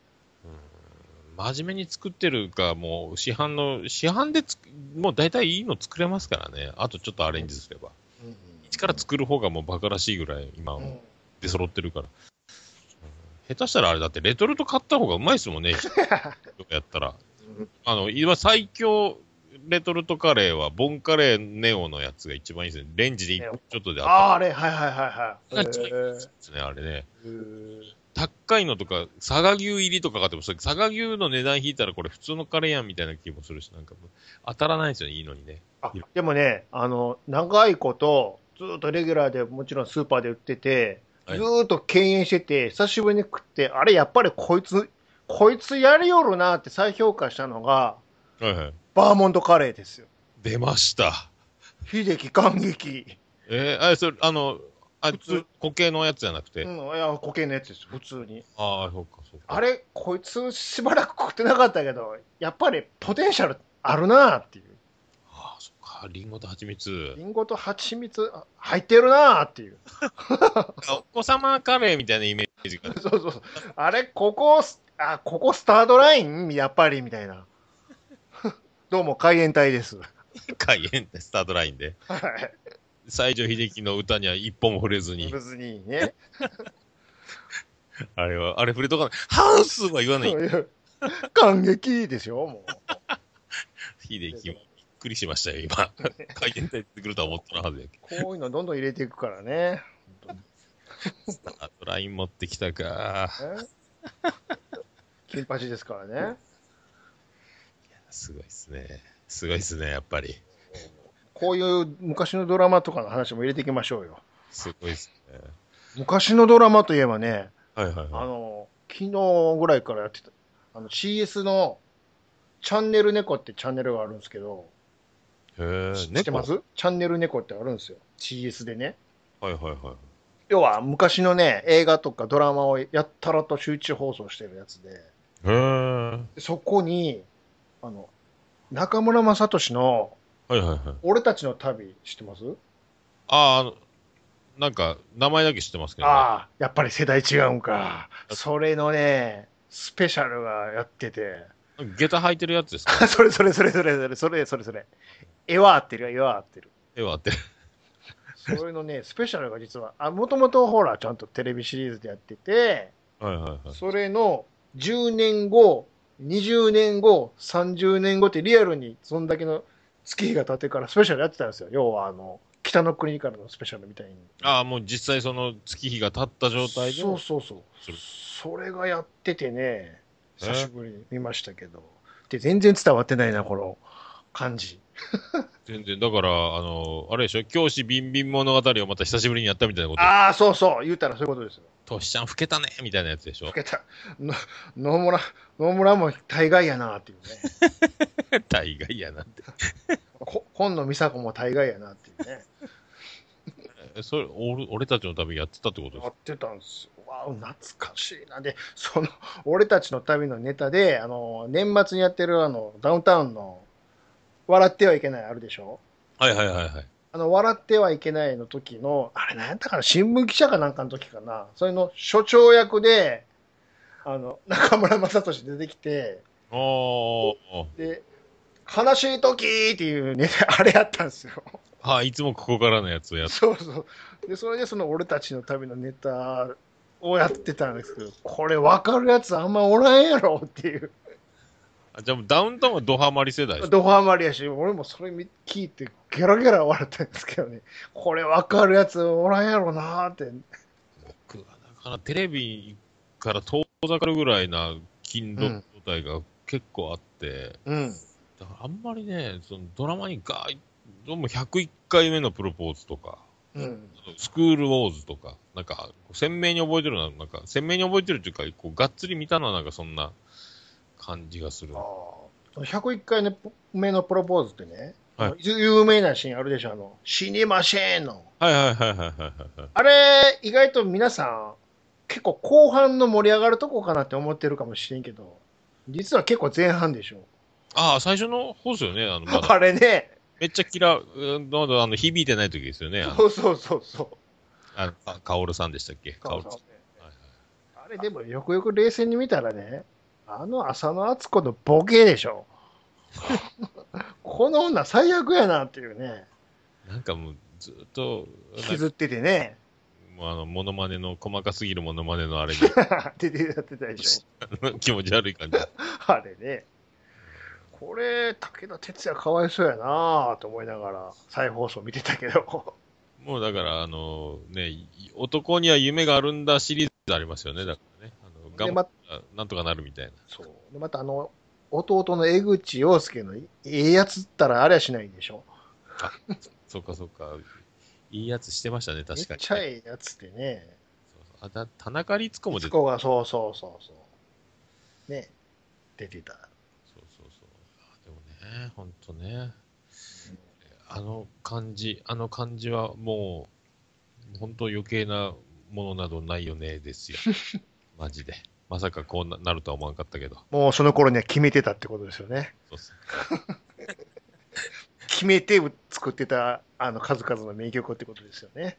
B: 真面目に作ってるか、もう市販の、市販でつく、もう大体いいの作れますからね。あとちょっとアレンジすれば。
A: うん
B: 一から作る方がもうバカらしいぐらい、今、
A: うん
B: 出揃ってるから。うん下手したらあれだって、レトルト買った方がうまいですも んね。やったら。あの、今最強レトルトカレーは、ボンカレーネオのやつが一番いいですね。レンジで1分ちょっとで
A: あ
B: あっ
A: あ、あれ、はいはいはいはい。
B: それ
A: へ
B: たんですね、あれね。
A: えへえ
B: 高いのとか、佐賀牛入りとか買っても、それ佐賀牛の値段引いたらこれ普通のカレーやんみたいな気もするし、なんかもう当たらないですよね、いいのにね。
A: あでもね、あの、長いこと、ずっとレギュラーでもちろんスーパーで売ってて、
B: はい
A: ずーっと敬遠してて、久しぶりに食って、あれ、やっぱりこいつ、こいつやりよるなって再評価したのが、
B: はいはい。
A: バーモントカレーですよ。
B: 出ました。
A: 秀樹感激。
B: えー、あ、それ、あの、あ、
A: 普通
B: つ固形のやつじゃなくて。
A: うん、いや、固形のやつです、普通に。
B: ああ、そうか、そうか。
A: あれ、こいつしばらく食ってなかったけど、やっぱりポテンシャルあるなっていう。
B: ああ、そっか、リンゴと蜂蜜
A: リ。ンゴと蜂蜜あ入ってるなっていう。
B: あお子様カレーみたいなイメージが。
A: そうそうそう。あれ、ここ、あ、ここスタートラインやっぱり、みたいな。 どうも、海援隊です。
B: 開演ってスタートラインで。
A: はい。
B: 西城秀樹の歌には一本も触れずに。
A: 別にね。
B: あれは、あれ触れとかない。ハウスは言わない。
A: 感激ですよ、もう。
B: 秀樹もびっくりしましたよ、 今。開演って言ってくるとは思ってなはずやけど
A: こういうのどんどん入れていくからね。
B: スタートライン持ってきたか。
A: ね 金八ですからね。
B: すごいですね。すごいですね、やっぱり。
A: こういう昔のドラマとかの話も入れていきましょうよ。
B: すごいですね。
A: 昔のドラマといえばね、
B: はいはい
A: あ
B: はい。
A: の、昨日ぐらいからやってた、あの CS のチャンネル猫ってチャンネルがあるんですけど、
B: へー
A: 知ってますチャンネル猫ってあるんですよ。CS でね。
B: はいはいはい。
A: 要は昔のね、映画とかドラマをやったらと集中放送してるやつで、
B: へー
A: でそこに、あの、中村雅俊の
B: はいはいはい。
A: 俺たちの旅知ってます
B: ああ、あの、なんか、名前だけ知ってますけど、ね。
A: ああ、やっぱり世代違うんか。それのね、スペシャルがやってて、
B: 下駄履いてるやつですか
A: それそれそれそれそれそれそれそれ。絵は合ってるよ、絵は合ってる。
B: 絵はあって。
A: そういうのね、スペシャルが実は、あ、もともとほら、ちゃんとテレビシリーズでやってて、
B: はいはいはい。
A: それの10年後、20年後、30年後ってリアルにそんだけの月日が経ってからスペシャルやってたんですよ。要はあの、昨北の国からのスペシャルみたいに。
B: ああ、もう実際その月日が経った状態で。
A: そうそうそう
B: それ。
A: それがやっててね、久しぶりに見ましたけど。で、全然伝わってないな、この感じ。
B: 全然、だから、あの、あれでしょ、教師ビンビン物語をまた久しぶりにやったみたいなこと。
A: ああ、そうそう、言うたらそういうことですよ。
B: トシちゃん老けたねみたいなやつでしょ
A: 老。けた。の野村、野村も大概やな、っていうね。
B: 大概やなって。
A: こ今野美佐子も大概やな、っていうね。
B: えそれ、俺俺たちのためにやってたってことですか
A: やってたんですよ。わあ、懐かしいな。で、その、俺たちの旅のネタで、あの、年末にやってる、あの、ダウンタウンの、笑ってはいけないあるでしょ
B: はいはいはいはい。
A: あの、笑ってはいけないの時の、あれなんやったかな、新聞記者かなんかの時かな、それの所長役で、あの、中村雅俊出てきて、
B: あー
A: で、悲しい時っていうね、 あれやったんですよ。
B: あ。はい、いつもここからのやつをやって。
A: そうそう。で、それでその俺たちの旅のネタをやってたんですけど、これ分かるやつあんまおらんやろっていう。
B: あじゃあもうダウンタウンはドハマり世代でしょ
A: ドハマりやし、俺もそれ見聞いてゲラゲラ笑ったんですけどね、これ分かるやつおらんやろなーって。
B: 僕はだからテレビから遠ざかるぐらいな勤労状態が結構あって、
A: うん。
B: だからあんまりね、そのドラマにガーッどうも101回目のプロポーズとか、
A: うん。
B: あとスクールウォーズとか、なんか、鮮明に覚えてるのは、なんか、鮮明に覚えてるっていうか、こう、がっつり見たのは、なんか、そんな感じがする。
A: あ
B: は
A: あ。101回の目のプロポーズってね、
B: はい
A: ゆ有名なシーンあるでしょ、あの、死にましぇんの。
B: いはいはいはいはいはい。
A: あれ、意外と皆さん、結構後半の盛り上がるとこかなって思ってるかもしれんけど、実は結構前半でしょ。
B: ああ、最初の方ですよね。あの、まだ、
A: あれね、
B: めっちゃ嫌う、うんまだ、あの、響いてない時ですよね。あの
A: そうそうそうそう。
B: あの、かカオルさんでしたっけカオルさん。はい
A: あれでもよくよく冷静に見たらね、あの浅野敦子のボケで しょ。この女最悪やなっていうね、
B: なんかもう、ずっと、
A: 引
B: な
A: き
B: ん
A: ず
B: か
A: っててね、
B: もうあの、モノマネの、細かすぎるモノマネのあれ
A: 出てやってたでし
B: に、 気持ち悪い感じ。
A: ょ。 あれね。これ、武田鉄矢かわいそうやなぁと思いながら、再放送見てたけど。
B: もうだから、あの、ね、い男には夢があるんだシリーズありますよね。だからね。あの、
A: で
B: 頑張
A: ま
B: ったら、なんとかなるみたいな。
A: そう。で、またあの、弟の江口洋介のいええやつったらありゃしないでしょ。
B: そうかそうか。いいやつしてましたね、確か
A: めっ
B: に。
A: ちゃええやつってね。
B: そうそうあだ田中律子も出
A: 息
B: てそう
A: 子がそうそうそうそう。ね。出てた。
B: そうそう。あでもね、ほんとね。あの感じ、あの感じはもう、ほんと余計なものなどないよね、 ですよ。マジで。まさかこうななるとは思わなかったけど。
A: もうその頃には決めてたってことですよね。
B: そうそう
A: 決めて作ってた、あの、数々の名曲ってことですよね。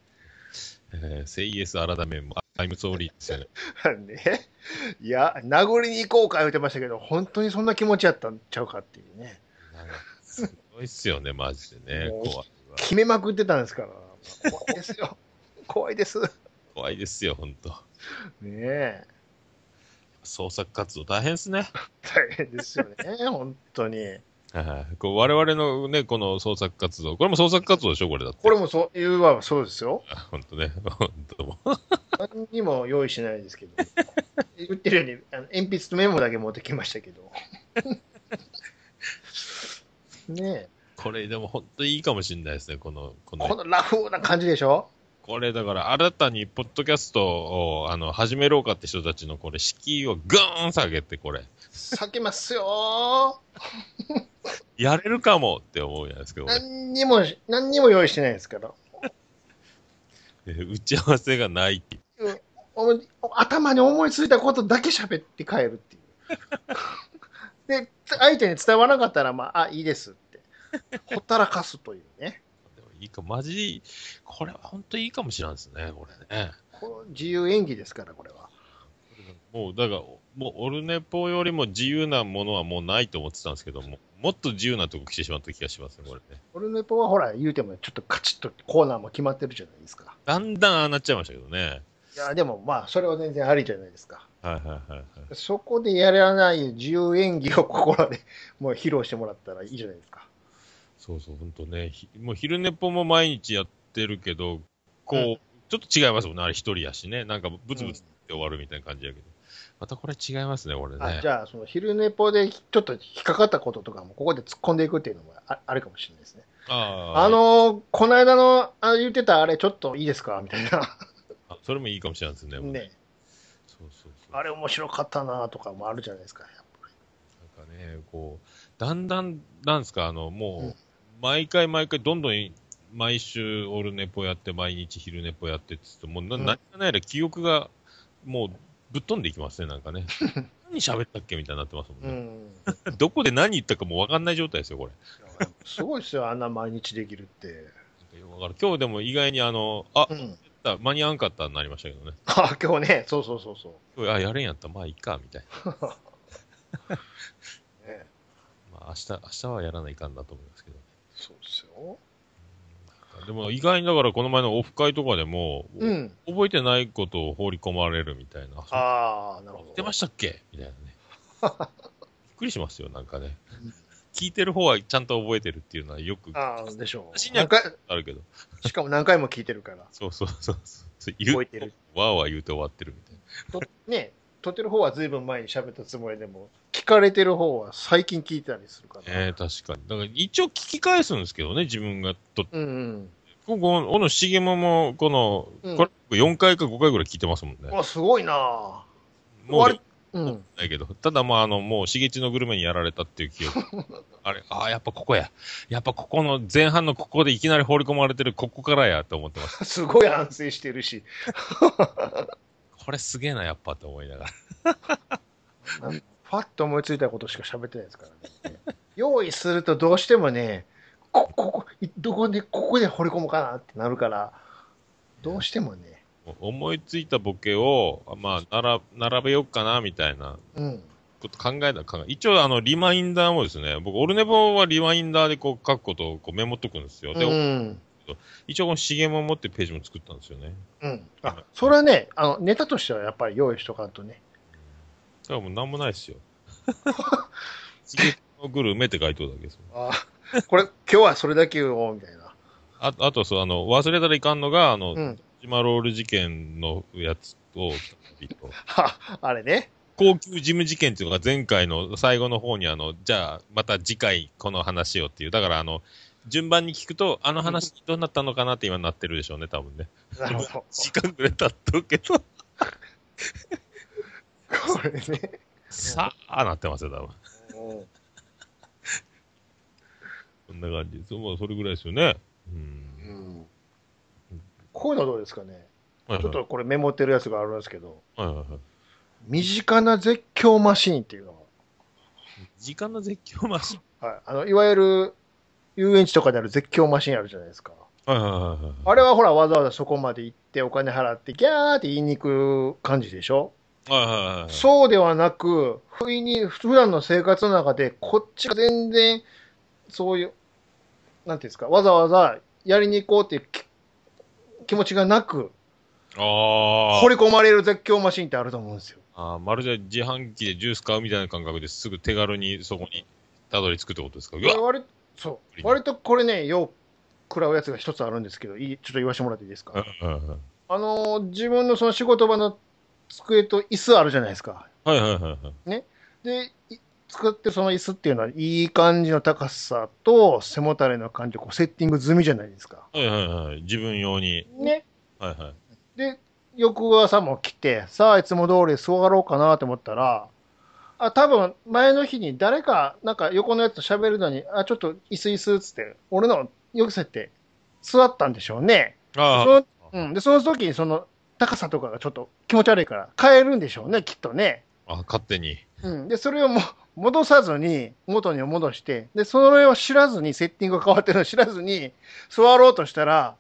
B: えー、セイエス改めも、アイムソーリーですよね。
A: ね。いや、名残に行こうか言ってましたけど、本当にそんな気持ちやったんちゃうかっていうね。
B: なんかすごいっすよね、マジでね。
A: もう
B: 怖いわ。
A: 決めまくってたんですから。怖いですよ。 怖いです。ね
B: 怖いですよ、ほんと。
A: え。
B: 創作活動大変っすね。
A: 大変ですよね、本当に。
B: はい。こう我々のね、この創作活動。これも創作活動でしょこれだって。
A: これもそう、言うはそうですよ。
B: ほんとね。ほんともう。
A: 何にも用意しないですけど。言ってるように、あの鉛筆とメモだけ持ってきましたけど。 ねえ。
B: これでもほんといいかもしんないですね。この、この、
A: こ
B: こ
A: のラフな感じでしょ
B: れだから新たにポッドキャストを、あの、始めろうかって人たちのこれ、敷居をぐーん下げて、これ。
A: 避けますよ
B: やれるかもって思うじゃないですか、
A: ー
B: これ。
A: 何にも、何にも用意してないですから。
B: えー打ち合わせがないっていう
A: お頭に思いついたことだけ喋って帰るって いう。で、相手に伝わらなかったら、まあ、あ、いいですって。ほったらかすというね。
B: でもいいか、マジ、これはほんといいかもしれないですね、これね。
A: この自由演技ですから、これは。
B: もう、だから、もう、オルネポよりも自由なものはもうないと思ってたんですけども、もっと自由なとこ来てしまった気がしますね、これね。
A: オルネポはほら、言うてもちょっとカチッとコーナーも決まってるじゃないですか。
B: だんだんああなっちゃいましたけどね。
A: いや、でもまあ、それは全然ありじゃないですか。
B: はいはいはいはい。
A: そこでやらない自由演技をここでもう披露してもらったらいいじゃないですか。
B: そうそう、ほんとね。ひもう昼寝ぽも毎日やっってるけど、こう、ちょっと違いますもんね。あれ一人やしね。なんかブツブツって終わるみたいな感じやけど。またこれ違いますね、これ
A: あ
B: ね
A: じ。ゃあ、その昼寝ぽでちょっと引っかかったこととかも、ここで突っ込んでいくっていうのもああるかもしれないですね。
B: あー
A: あ、のーこの間のあ言ってたあれ、ちょっといいですかみたいな。
B: あそれもいいかもしれないですね。
A: ね。
B: そうそうそう。
A: あれ面白かったなとかもあるじゃないですか。
B: なんかね、こう、だんだん、なんですか、あの、もう、
A: うん
B: 毎回毎回、どんどん、毎週、オルネポやって、毎日昼ネポやってって言って、もうな、
A: うん
B: 何がないら記憶が、もう、ぶっ飛んでいきますね、なん かね。何喋ったっけみたいになってますも
A: うん
B: ね。
A: ん。
B: どこで何言ったかもうわかんない状態ですよ、これ。
A: すごいですよ、あんな毎日できるって。
B: なんかよくわかる今日でも意外に、あの、あ
A: う、ん。
B: だ間に合わんかったになりましたけどね。
A: あ、今日ね、そうそうそうそう。
B: 今日、あ、やれんやった、まあいいか、みたい
A: ね、
B: な。まあ、明日、明日はやらないかんだと思いますけど。
A: そうですよ。
B: でも、意外にだから、この前のオフ会とかでも、
A: うん。
B: 覚えてないことを放り込まれるみたいな。あ、
A: ああ、なるほ
B: 言
A: ど。
B: ってま
A: し
B: したっけみたい なね。びっくりしますよ、なんかね
A: うん。
B: 聞いてる方はちゃんと覚えてるっていうのはよく
A: ああ、でしょ
B: 私
A: う。
B: には
A: 何回、
B: あるけど。
A: しかも何回も聞いてるから。
B: そうそうそうそう。そう言
A: 覚え
B: う
A: てる。
B: わーわー言うて終わってるみたいな。
A: とね、撮ってる方はずいぶん前に喋ったつもりでも、聞かれてる方は最近聞いたりするから。
B: ええ確かに。だから一応聞き返すんですけどね、自分がと。
A: うんうん。
B: ここ、小野茂もも、この、
A: うん
B: これ4回か5回ぐらい聞いてますもんね。
A: うわ、すごいなぁ。
B: もうで
A: 割 うん。
B: ないけど。ただまあ、あの、もう、しげちのグルメにやられたっていう記憶。 あれ、ああ、やっぱここや。やっぱここの、前半のここでいきなり放り込まれてるここからやと思ってます。
A: すごい反省してるし。
B: これすげえな、やっぱと思いながら。
A: ファッと思いついたことしか喋ってないですからね。用意するとどうしてもね、こ、ここ、いどこで、ここで掘り込むかなってなるから、どうしてもね。
B: 思いついたボケを、まあ、なら、並べようかな、みたいな
A: うん。
B: こと考えた考え一応、あの、リマインダーもですね、僕、オルネボはリマインダーでこう、書くことをこうメモっとくんですよ。で、
A: うん。
B: 一応、このしげももってページも作ったんですよね。
A: うん。あ、それはね、あの、ネタとしてはやっぱり用意しとかんとね。
B: だからもう、なんもないです よ。しげのグルメって書いておるだけです。
A: あーこれ、今日はそれだけ言おう、みたいな。
B: ああと、そう、あの、忘れたらいかんのが、あの、
A: うん。
B: ジマロール事件のやつを、
A: は、あれね。
B: 高級事務事件っていうのが前回の最後の方に、あの、じゃあ、また次回この話をっていう、だから、あの、順番に聞くと、あの話どうなったのかなって今なってるでしょうね、多分ね。
A: なるほ
B: 時間くれたっとけど、
A: ど。これね。
B: さあ、なってますよ、多分。
A: うん
B: こんな感じです。もうそれぐらいですよね。うん。
A: こういうのどうですかね。
B: はいはい
A: ちょっとこれメモってるやつがあるんですけど、
B: はいはいはい。
A: 身近な絶叫マシーンっていうの
B: 時間の絶叫マシン。
A: が、はい、あのいわゆる遊園地とかである絶叫マシーンあるじゃないですか。
B: はいはいはいはい。
A: あれはほらわざわざそこまで行ってお金払ってギャーって言いに行く感じでしょ、
B: はいはいはいはい。
A: そうではなく、不意に普段の生活の中でこっちが全然そういう、なんていうんですか、わざわざやりに行こうっていうき気持ちがなく、
B: ああ。
A: 掘り込まれる絶叫マシーンってあると思うんですよ。
B: あーまるで自販機でジュース買うみたいな感覚ですぐ手軽にそこにたどり着くってことですかう
A: これ
B: わ
A: 割そう
B: うん
A: 割とこれね、よう食らうやつが一つあるんですけど、いいちょっと言わせてもらっていいですか。
B: うんうんうん
A: あのー自分のその仕事場の机と椅子あるじゃないですか。
B: はいはいはいはい。
A: で、い使ってるその椅子っていうのは、いい感じの高さと背もたれの感じをこうセッティング済みじゃないですか。
B: はいはいはい。自分用に。
A: ね。
B: はいはい。
A: で、翌朝も来て、さあ、いつも通り座ろうかなと思ったら、あ、多分前の日に誰か、なんか横のやつと喋るのに、あ、ちょっと椅子椅子っつって、俺のよくせって座ったんでしょうね。
B: あ
A: そ
B: あ
A: う。うん。で、その時にその高さとかがちょっと気持ち悪いから変えるんでしょうね、きっとね。
B: あ、勝手に。
A: うん。で、それをもう戻さずに、元に戻して、で、それを知らずに、セッティングが変わってるのを知らずに、座ろうとしたら、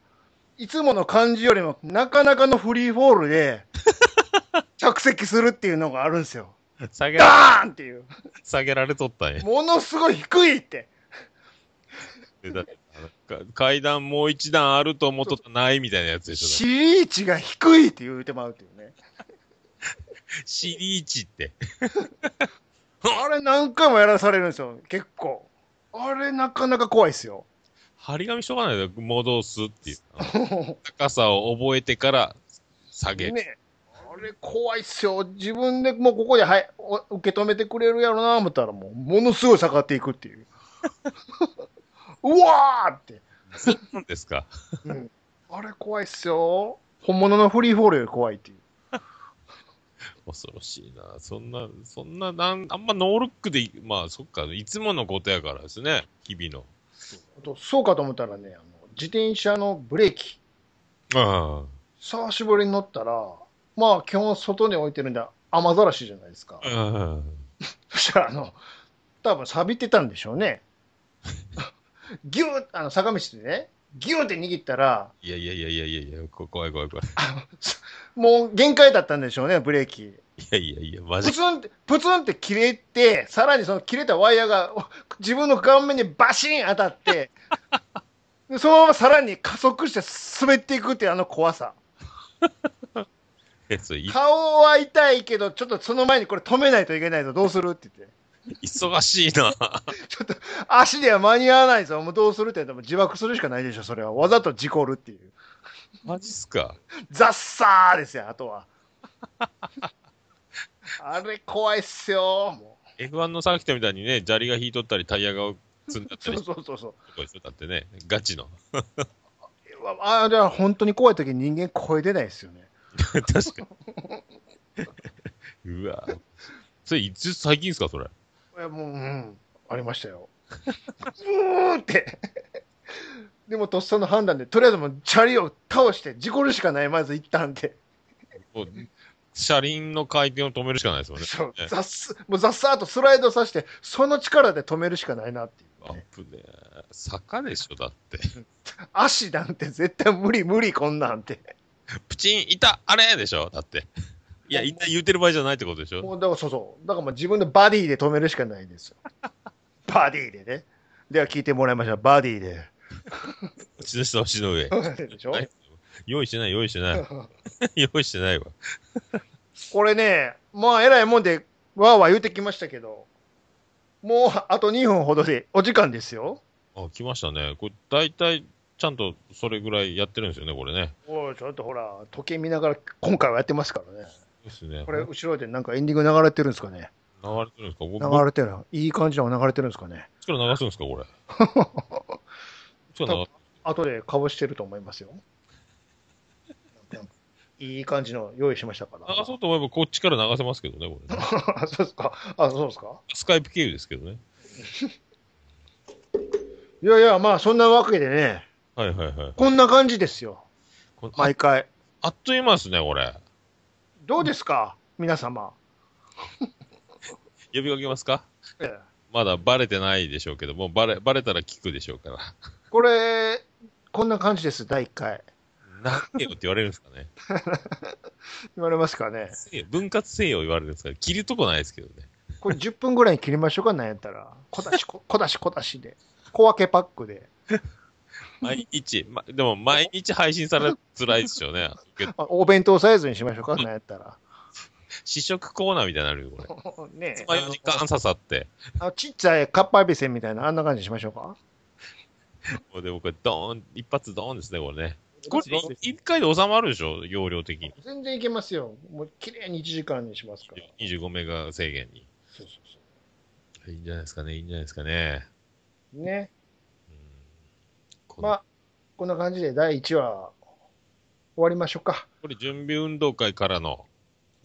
A: いつもの感じよりも、なかなかのフリーフォール で、着席するっていうのがあるんですよ。
B: 下げら、
A: ダーンっていう。
B: 下げられとったんや。
A: ものすごい低いって。
B: でだあのか 階段もう一段あると思っとったないみたいなやつでしょ。
A: 尻位置が低いって言うてまうっていうね。
B: シリーチって。
A: あれ何回もやらされるんですよ、結構。あれなかなか怖いですよ。
B: 張り紙しとかないで戻すっていう。高さを覚えてから下げる。
A: ねあれ怖いっすよ。自分でもうここで、はい、お受け止めてくれるやろな思ったら、もう、ものすごい下がっていくっていう。 うわーって。
B: なんですか
A: うんあれ怖いっすよ。本物のフリーフォールより怖いっていう。
B: 恐ろしいな。そんな、そんな、なんあんまノールックでい、まあそっか、いつものことやからですね。日々
A: あとそうかと思ったらね、あの自転車のブレーキ、
B: の。
A: 久しぶりに乗ったら、まあ基本外に置いてるんで雨ざらしじゃないですか
B: あ。あ。うん。
A: そしたらあの、多分錆びてたんでしょ うね。ギューッあの坂道でね、ギューって握ったら、
B: いやいやいやいやいやいや、こ怖い怖い怖い。
A: もう限界だったんでしょうね、ブレーキ。
B: いやいやいや、マ
A: プ
B: ジ
A: ツンって、プツンって切れて、さらにその切れたワイヤーがお自分の顔面にバシン当たって、 でそのままさらに加速して滑っていくっていうあの怖さ。
B: で、それい
A: 顔は痛いけど、ちょっとその前にこれ止めないといけないぞ、どうするって言って。
B: 忙しいな。
A: ちょっと足では間に合わないぞ、もうどうするって言ったらもう自爆するしかないでしょ、それは。わざと事故るっていう。
B: マジっすか。
A: ザッサーですよ、あ とは。あれ怖いっすよ、も
B: F1 のサーキットみたいにね、砂利が引いとったり、タイヤが積んだっ
A: う。
B: た
A: そ
B: り
A: う
B: して
A: そうそうそう。
B: こですよ。だってね、ガチの。
A: ああれは本当に怖い時人間声出ないですよね。
B: 確かに。う わそれ、いつ最近ですか、それ。
A: いやもう、うん、ありましたよ。うーんって。でも、とっさの判断で、とりあえずもう、チャリを倒して、事故るしかない、まず一旦で。
B: もう、車輪の回転を止めるしかないですもんね。
A: そう
B: ね、
A: ザッス、もうザッサーとスライドさせて、その力で止めるしかないなってい
B: ア
A: う
B: ッ
A: ね。
B: プね。坂でしょ、だって。
A: 足なんて絶対無理無理、こんなんて。
B: プチン、いた、あれでしょ、だって。いや、いた言うてる場合じゃないってことでしょ。
A: もう、だからそうそう。だからもう自分でバディで止めるしかないで すよ。バディでね。では聞いてもらいましょう。バディで。
B: 口の下、腰 の上。
A: でしょ、
B: はい用意してない、用意して ない。用意してないわ。
A: これね、まあ、えらいもんで、わーわー言うてきましたけど、もう、あと2分ほどで、お時間ですよ。
B: あ、来ましたね。これ、大体、ちゃんとそれぐらいやってるんですよね、これね。
A: おい、ちょっとほら、時計見ながら、今回はやってますからね。
B: ですね。
A: これ、後ろでなんかエンディング流れてるんですかね。
B: 流れてるんですか僕、
A: 流
B: こっ
A: れてる。いい感じのが流れてるんですかね。
B: ちから流すんですか これ。こっちから流す
A: 後でかぶしてると思い ますよ。いい感じの用意しましたから。
B: 流そうと思えばこっちから流せますけどね、こ れね。
A: あ そうですか。あ、そうですか。
B: スカイプ経由ですけどね。
A: いやいや、まあ、そんなわけでね、
B: はいはいはい。
A: こんな感じですよ。
B: これあ
A: 毎回。
B: あっという間ですね、これ。
A: どうですか、皆様。
B: 呼びかけますか
A: ええ
B: まだバレてないでしょうけども、バレ、バレたら聞くでしょうから。
A: これ、こんな感じです、第1回。
B: なんでよって言われるんですかね。
A: 言われますかね。
B: せよ分割せよ言われるんですから、切るとこないですけど ね。
A: これ10分ぐらいに切りましょうか、なんやったら。小出し、こ 小出し、小出しで。小分けパックで。
B: 毎日、ま、でも毎日配信されたら辛いですよね。けど
A: あお弁当サイズにしましょうか、なんやったら。
B: 試食コーナーみたいになるよ、これ。
A: ねえ
B: つまようじガン刺さって。
A: あのちっちゃいカッパエビせんみたいな、あんな感じにしましょうか。
B: これで僕はドーン、一発ドーンですね、これね。これ
A: 別に、
B: 一回で収まるでしょ容量的に。
A: 全然いけますよ。もう綺麗に1時間にしますから。
B: 25メガ制限に。
A: そうそうそ
B: いいんじゃないですかね、いいんじゃないですかね。
A: う。ね。
B: うんこの
A: まあ、こんな感じで第1話、終わりましょうか。
B: これ準備運動会からの、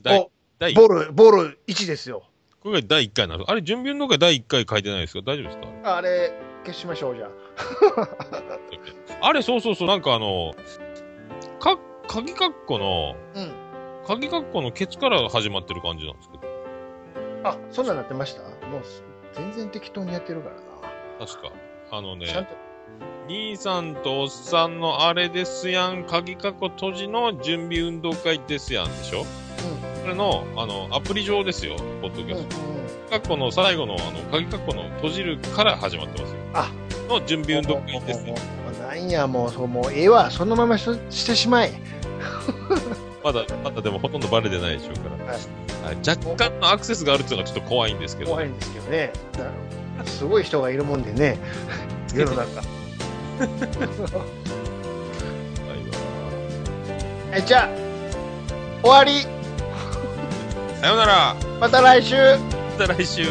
B: 第
A: お、
B: 第
A: ボール、ボール1ですよ。
B: これが第1回なのあれ、準備運動会第1回書いてないですか大丈夫ですか
A: あれ、消しましょう、じゃあ。
B: あれ、そうそうそう、なんかあの、か、鍵括弧の、
A: うん。
B: 鍵括弧のケツから始まってる感じなんですけど、
A: あ、そんなんなってましたもうす全然適当にやってるからな。
B: 確か。あの
A: ちゃん
B: ね、
A: と、
B: 兄さんとおっさんのあれですやん、鍵括弧閉じの準備運動会ですやんでしょこれの、あの、アプリ上ですよ、ポッドキ
A: うん、
B: ャ
A: うん、
B: ス
A: うん
B: ト。。鍵括弧の最後の、あの、鍵括弧の閉じるから始まってますよ。
A: あ
B: の準備運動会ですね。
A: もうもうなんや、もう、そうもう、ええわ、そのままししてしまえ。
B: まだ、まだでもほとんどバレてないでしょうから。
A: は
B: は
A: い
B: い若干のアクセスがあるっていうのがちょっと怖いんですけど。
A: 怖いんですけどね。だすごい人がいるもんでね、世の中。
B: はい
A: えじゃあ終わり
B: さようなら
A: また来週
B: また来週